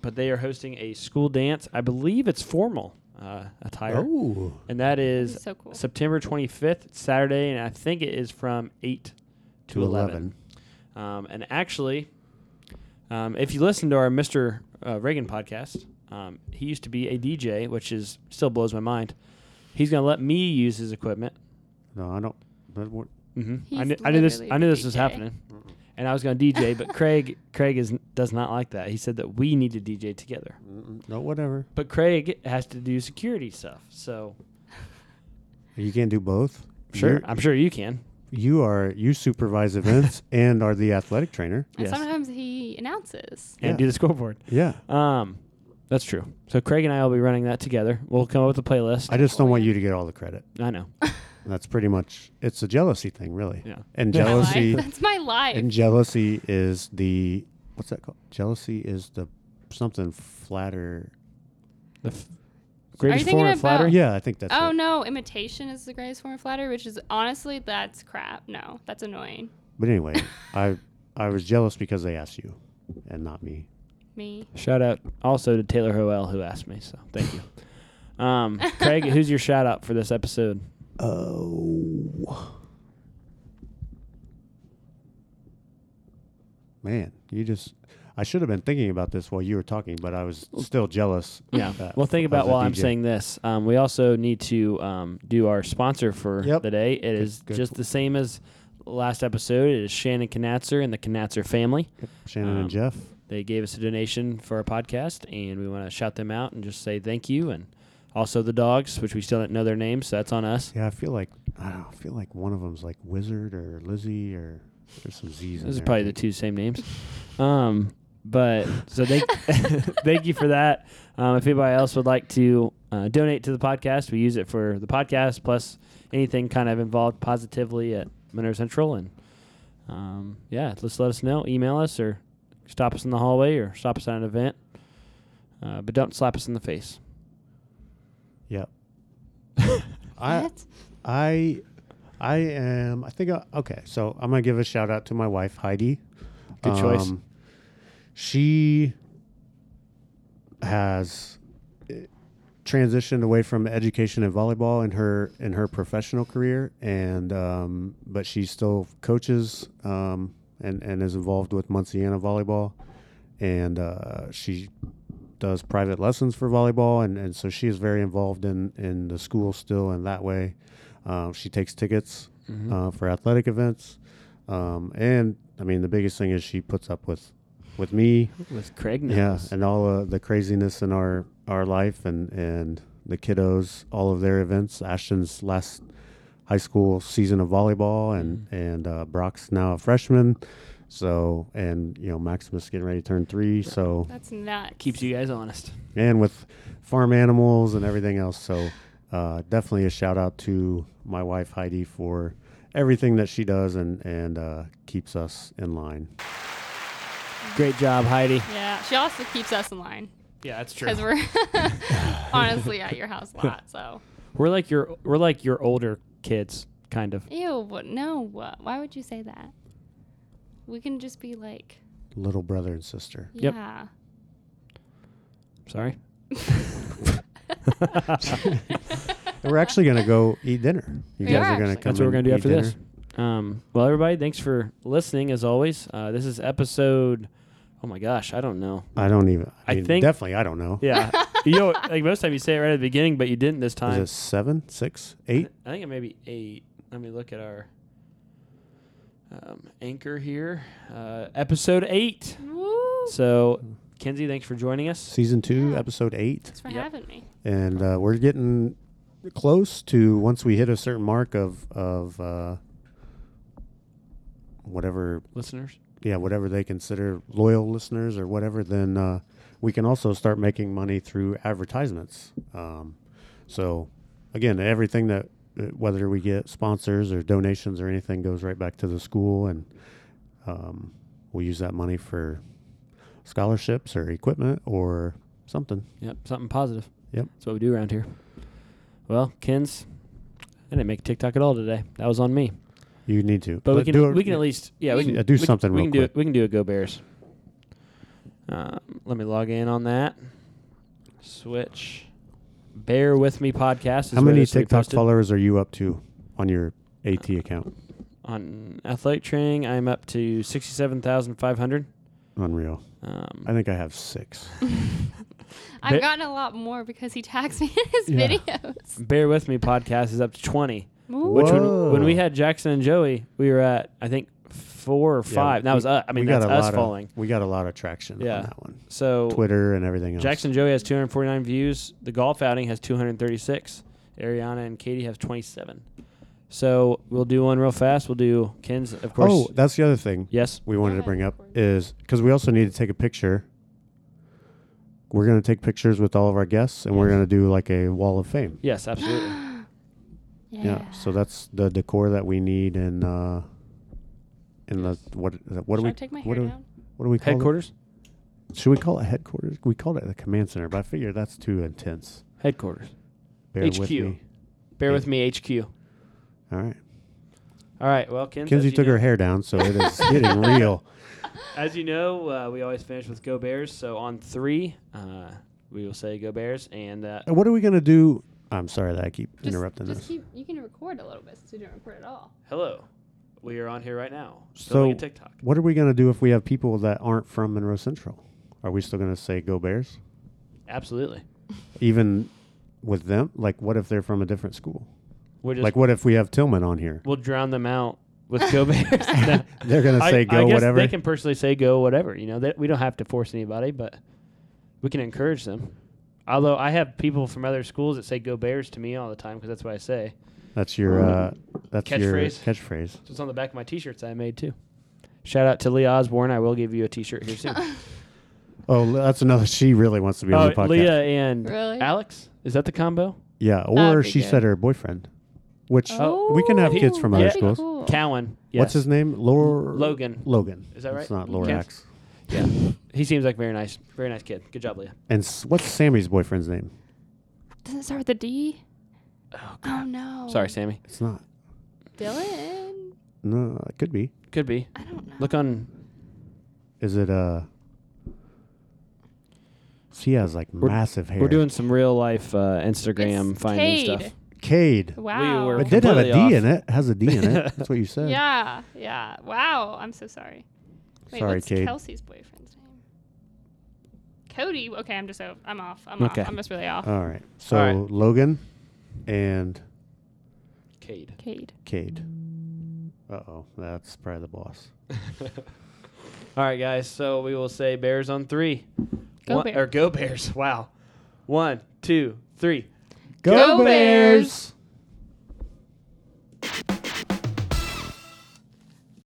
Speaker 2: but they are hosting a school dance. I believe it's formal uh, attire,
Speaker 1: Oh,
Speaker 2: and that
Speaker 3: This
Speaker 2: is
Speaker 3: is so cool.
Speaker 2: September 25th, it's Saturday, and I think it is from eight to,
Speaker 1: to
Speaker 2: 11.
Speaker 1: eleven.
Speaker 2: Um, and actually, um, if you listen to our Mr. Uh, Reagan podcast, um, he used to be a DJ, which is still blows my mind. He's going to let me use his equipment.
Speaker 1: No, I don't. That wor-
Speaker 2: Mm-hmm. I,
Speaker 3: He's
Speaker 2: knew, I knew this.
Speaker 3: literally
Speaker 2: I knew
Speaker 3: the
Speaker 2: this was
Speaker 3: DJ.
Speaker 2: happening, and I was going to DJ, but Craig, Craig is does not like that. He said that we need to DJ together,
Speaker 1: no, whatever.
Speaker 2: but Craig has to do security stuff. So
Speaker 1: You can't do both.
Speaker 2: sure,
Speaker 1: You're-
Speaker 2: I'm sure you can.
Speaker 1: you are. You supervise events and are the athletic trainer.
Speaker 3: And
Speaker 2: Yes.
Speaker 3: sometimes he announces.
Speaker 2: and
Speaker 1: Yeah.
Speaker 2: do the scoreboard.
Speaker 1: Yeah,
Speaker 2: Um, that's true. So Craig and I will be running that together. We'll come up with a playlist.
Speaker 1: I just don't want you to get all the credit.
Speaker 2: I know.
Speaker 1: That's pretty much. It's a jealousy thing, really.
Speaker 2: Yeah.
Speaker 1: And
Speaker 2: Yeah.
Speaker 3: My life.
Speaker 1: jealousy.
Speaker 3: That's my life.
Speaker 1: and jealousy is the what's that called? Jealousy is the something flatter.
Speaker 2: The f- greatest
Speaker 3: thinking
Speaker 2: form of
Speaker 3: about-
Speaker 2: flattery.
Speaker 1: Yeah, I think that's.
Speaker 3: Oh
Speaker 1: it.
Speaker 3: no, imitation is the greatest form of flattery, which is honestly that's crap. No, that's annoying.
Speaker 1: But anyway, I I was jealous because they asked you, and not me.
Speaker 3: Me.
Speaker 2: Shout out also to Taylor Howell who asked me. So thank you. Um, Craig, who's your shout out for this episode?
Speaker 1: Oh. Man, you just. I should have been thinking about this while you were talking, but I was still jealous.
Speaker 2: Yeah.
Speaker 1: uh,
Speaker 2: Well, think
Speaker 1: of
Speaker 2: about
Speaker 1: the
Speaker 2: while I'm
Speaker 1: DJ.
Speaker 2: saying this. Um, we also need to um, do our sponsor for
Speaker 1: Yep.
Speaker 2: the day. It is
Speaker 1: good
Speaker 2: just
Speaker 1: po-
Speaker 2: the same as last episode. It is Shannon Knatzer and the Knatzer family.
Speaker 1: Shannon
Speaker 2: um,
Speaker 1: and Jeff.
Speaker 2: They gave us a donation for our podcast, and we want to shout them out and just say thank you. And also the dogs, which we still don't know their names, so that's on us.
Speaker 1: Yeah, I feel like I don't know, I feel like one of them's like Wizard or Lizzie or there's some Z's. in
Speaker 2: Those are
Speaker 1: there, I
Speaker 2: probably the
Speaker 1: think.
Speaker 2: two same names. Um, but so thank thank you for that. Um, if anybody else would like to uh, donate to the podcast, we use it for the podcast plus anything kind of involved positively at Minerva Central. And um, yeah, just let us know. Email us or stop us in the hallway or stop us at an event. Uh, but don't slap us in the face.
Speaker 1: Yep. I
Speaker 3: What?
Speaker 1: I I am I think I, okay, so I'm going to give a shout out to my wife Heidi. Um,
Speaker 2: Good choice.
Speaker 1: She has eh, transitioned away from education and volleyball in her in her professional career, and um, but she still coaches um, and and is involved with Munciana volleyball, and uh, she does private lessons for volleyball, and, and so she is very involved in in the school still in that way. Um, she takes tickets
Speaker 2: Mhm.
Speaker 1: uh, for athletic events, um, and I mean the biggest thing is she puts up with with me
Speaker 2: with Craig.
Speaker 1: yeah,
Speaker 2: Nichols.
Speaker 1: and all uh, the craziness in our our life and and the kiddos, all of their events. Ashton's last high school season of volleyball, and and uh, Brock's now a freshman. So and you know Maximus getting ready to turn three. So
Speaker 3: That's nuts.
Speaker 2: keeps you guys honest.
Speaker 1: and with farm animals and everything else. So uh, definitely a shout out to my wife Heidi for everything that she does and and uh, keeps us in line.
Speaker 2: Great job, Heidi.
Speaker 3: Yeah, she also keeps us in line
Speaker 2: Yeah, that's true.
Speaker 3: because we're honestly at your house a lot. So
Speaker 2: We're like your we're like your older kids, kind of.
Speaker 3: ew, what- no. uh, Why would you say that? We can just be like,
Speaker 1: Little brother and sister.
Speaker 2: Yep.
Speaker 3: yeah.
Speaker 2: Sorry.
Speaker 1: We're actually gonna go eat dinner. You
Speaker 3: We
Speaker 1: guys
Speaker 3: are
Speaker 1: are gonna
Speaker 3: actually.
Speaker 1: come.
Speaker 2: That's what
Speaker 1: and
Speaker 2: we're gonna do
Speaker 1: eat
Speaker 2: after
Speaker 1: dinner.
Speaker 2: this. Um, well, everybody, thanks for listening. As always, uh, this is episode. Oh my gosh, I don't know.
Speaker 1: I don't even. I,
Speaker 2: I
Speaker 1: mean,
Speaker 2: think-
Speaker 1: definitely. I don't know.
Speaker 2: Yeah, you know, like most time you say it right at the beginning, but you didn't this
Speaker 1: Is
Speaker 2: time.
Speaker 1: it seven, six,
Speaker 2: I
Speaker 1: eight?
Speaker 2: thi- I think it may be eight. Let me look at our um, anchor here. Uh, episode eight.
Speaker 3: Woo!
Speaker 2: So, Kenzie, thanks for joining us.
Speaker 1: Season two,
Speaker 3: Yeah.
Speaker 1: episode eight,
Speaker 3: Thanks for
Speaker 2: Yep.
Speaker 3: having me.
Speaker 1: and uh, we're getting close to once we hit a certain mark of of uh, whatever.
Speaker 2: Listeners,
Speaker 1: Yeah, whatever they consider loyal listeners or whatever, then uh, we can also start making money through advertisements. Um, so, again, everything that uh, whether we get sponsors or donations or anything goes right back to the school, and um, we'll use that money for scholarships or equipment or something.
Speaker 2: yep, something positive.
Speaker 1: Yep.
Speaker 2: That's what we do around here. Well, Kens, I didn't make TikTok at all today. That was on me.
Speaker 1: You need to,
Speaker 2: But we
Speaker 1: do
Speaker 2: can
Speaker 1: it-
Speaker 2: we can at least yeah we
Speaker 1: Yeah,
Speaker 2: can
Speaker 1: do
Speaker 2: we can-
Speaker 1: something
Speaker 2: we
Speaker 1: real
Speaker 2: can do
Speaker 1: quick.
Speaker 2: it, we can do a go bears. Um, let me log in on that. Switch. Bear with me podcast. Is
Speaker 1: How
Speaker 2: where
Speaker 1: many
Speaker 2: this will be
Speaker 1: TikTok
Speaker 2: posted.
Speaker 1: followers are you up to on your AT account?
Speaker 2: on athletic training? I'm up to sixty-seven thousand five hundred.
Speaker 1: Unreal.
Speaker 2: Um,
Speaker 1: I think I have six.
Speaker 3: I've
Speaker 2: Ba-
Speaker 3: gotten a lot more because he tags me in his
Speaker 1: Yeah.
Speaker 3: videos.
Speaker 2: Bear with me podcast is up to twenty.
Speaker 3: Woo.
Speaker 2: Which when, when
Speaker 1: Whoa.
Speaker 2: we had Jackson and Joey, we were at I think four or
Speaker 1: Yeah,
Speaker 2: five. that was us. I mean
Speaker 1: we got
Speaker 2: that's
Speaker 1: a
Speaker 2: us
Speaker 1: lot
Speaker 2: following.
Speaker 1: Of, we got a lot of traction
Speaker 2: Yeah.
Speaker 1: on that one.
Speaker 2: so
Speaker 1: Twitter and everything else.
Speaker 2: Jackson Joey has 249 views. The golf outing has 236. Ariana and Katie have 27. So we'll do one real fast. We'll do Ken's, of course.
Speaker 1: Oh, that's the other thing
Speaker 2: yes.
Speaker 1: we wanted to
Speaker 3: Yeah,
Speaker 1: bring up
Speaker 3: of course.
Speaker 1: is because we also need to take a picture. We're going to take pictures with all of our guests and we're
Speaker 2: Yes.
Speaker 1: going to do like a wall of fame.
Speaker 2: Yes, absolutely.
Speaker 3: yeah.
Speaker 1: Yeah. So that's the decor that we need and uh in the what what do
Speaker 3: Should
Speaker 1: we
Speaker 3: I take my
Speaker 1: what
Speaker 3: hair
Speaker 1: do we,
Speaker 3: down?
Speaker 1: what do we call
Speaker 2: Headquarters?
Speaker 1: it? Should we call it headquarters? We called it the command center, but I figure that's too intense.
Speaker 2: Headquarters.
Speaker 1: Bear with
Speaker 2: HQ.
Speaker 1: me.
Speaker 2: Bear with me, HQ.
Speaker 1: All right.
Speaker 2: All right. Well, Ken's, as
Speaker 1: Kinsey
Speaker 2: you
Speaker 1: took
Speaker 2: know,
Speaker 1: her hair down, so it is getting real.
Speaker 2: As you know, uh, we always finish with Go Bears. So on three, uh, we will say Go Bears. And uh,
Speaker 1: And What are we going to do? I'm sorry that I keep
Speaker 3: Just-
Speaker 1: interrupting
Speaker 3: just
Speaker 1: this.
Speaker 3: keep. You can record a little bit since we didn't record at all.
Speaker 2: hello. We are on here right now.
Speaker 1: So-
Speaker 2: filming a TikTok.
Speaker 1: What are we going to do if we have people that aren't from Monroe Central? Are we still going to say go Bears?
Speaker 2: Absolutely.
Speaker 1: Even with them? Like, what if they're from a different school?
Speaker 2: We're just,
Speaker 1: Like, what if we have Tillman on here?
Speaker 2: we'll drown them out with Go Bears. No.
Speaker 1: They're going to say go
Speaker 2: guess
Speaker 1: whatever.
Speaker 2: They can personally say go whatever. You know, that we don't have to force anybody, but we can encourage them. Although I have people from other schools that say "Go Bears" to me all the time because that's what I say.
Speaker 1: that's your uh, that's your
Speaker 2: Catchphrase?
Speaker 1: catchphrase.
Speaker 2: So it's on the back of my T-shirts I made too. Shout out to Lee Osborne. I will give you a T-shirt here soon.
Speaker 1: Oh, l- that's another. She really wants to be on the
Speaker 2: oh,
Speaker 1: podcast.
Speaker 2: Leah and
Speaker 3: Really?
Speaker 2: Alex. Is that the combo?
Speaker 1: Yeah, or
Speaker 3: That'd be
Speaker 1: she
Speaker 3: good.
Speaker 1: said her boyfriend, which Oh, we can have kids from
Speaker 3: that'd
Speaker 1: other
Speaker 3: be
Speaker 1: schools.
Speaker 3: cool.
Speaker 2: Cowan. Oh, Yes.
Speaker 1: What's his name? Lor-
Speaker 2: Logan.
Speaker 1: Logan.
Speaker 2: Is that
Speaker 1: It's
Speaker 2: right?
Speaker 1: not
Speaker 2: Yes.
Speaker 1: Lorax.
Speaker 2: Yeah. He seems like very nice, very nice kid. Good job, Leah.
Speaker 1: And s- what's Sammy's boyfriend's name?
Speaker 3: Does it start with a D?
Speaker 2: Oh,
Speaker 3: Oh no.
Speaker 2: Sorry, Sammy.
Speaker 1: It's not.
Speaker 3: Dylan.
Speaker 1: No, it could be.
Speaker 2: Could be.
Speaker 3: I don't know.
Speaker 2: Look on.
Speaker 1: Is it uh She has like
Speaker 2: We're-
Speaker 1: massive hair.
Speaker 2: We're doing some real life uh, Instagram
Speaker 3: It's
Speaker 2: finding
Speaker 3: Cade.
Speaker 2: stuff.
Speaker 1: Cade.
Speaker 3: Wow.
Speaker 2: were-
Speaker 1: It did have a D
Speaker 2: Completely
Speaker 1: in it. Has a D in it. That's what you said.
Speaker 3: yeah, yeah. Wow. I'm so sorry. Wait,
Speaker 1: Sorry,
Speaker 3: what's
Speaker 1: Cade.
Speaker 3: Kelsey's boyfriend's name? Cody. Okay, I'm just over. I'm off. I'm
Speaker 2: Okay.
Speaker 3: off. I'm just really off.
Speaker 1: All right. So
Speaker 2: All right.
Speaker 1: Logan and
Speaker 2: Cade.
Speaker 3: Cade.
Speaker 1: Cade. Uh oh, that's probably the boss.
Speaker 2: All right, guys. So we will say Bears on three.
Speaker 3: Go
Speaker 2: One-
Speaker 3: Bears.
Speaker 2: Or go Bears. Wow. One, two, three.
Speaker 3: Go Bears!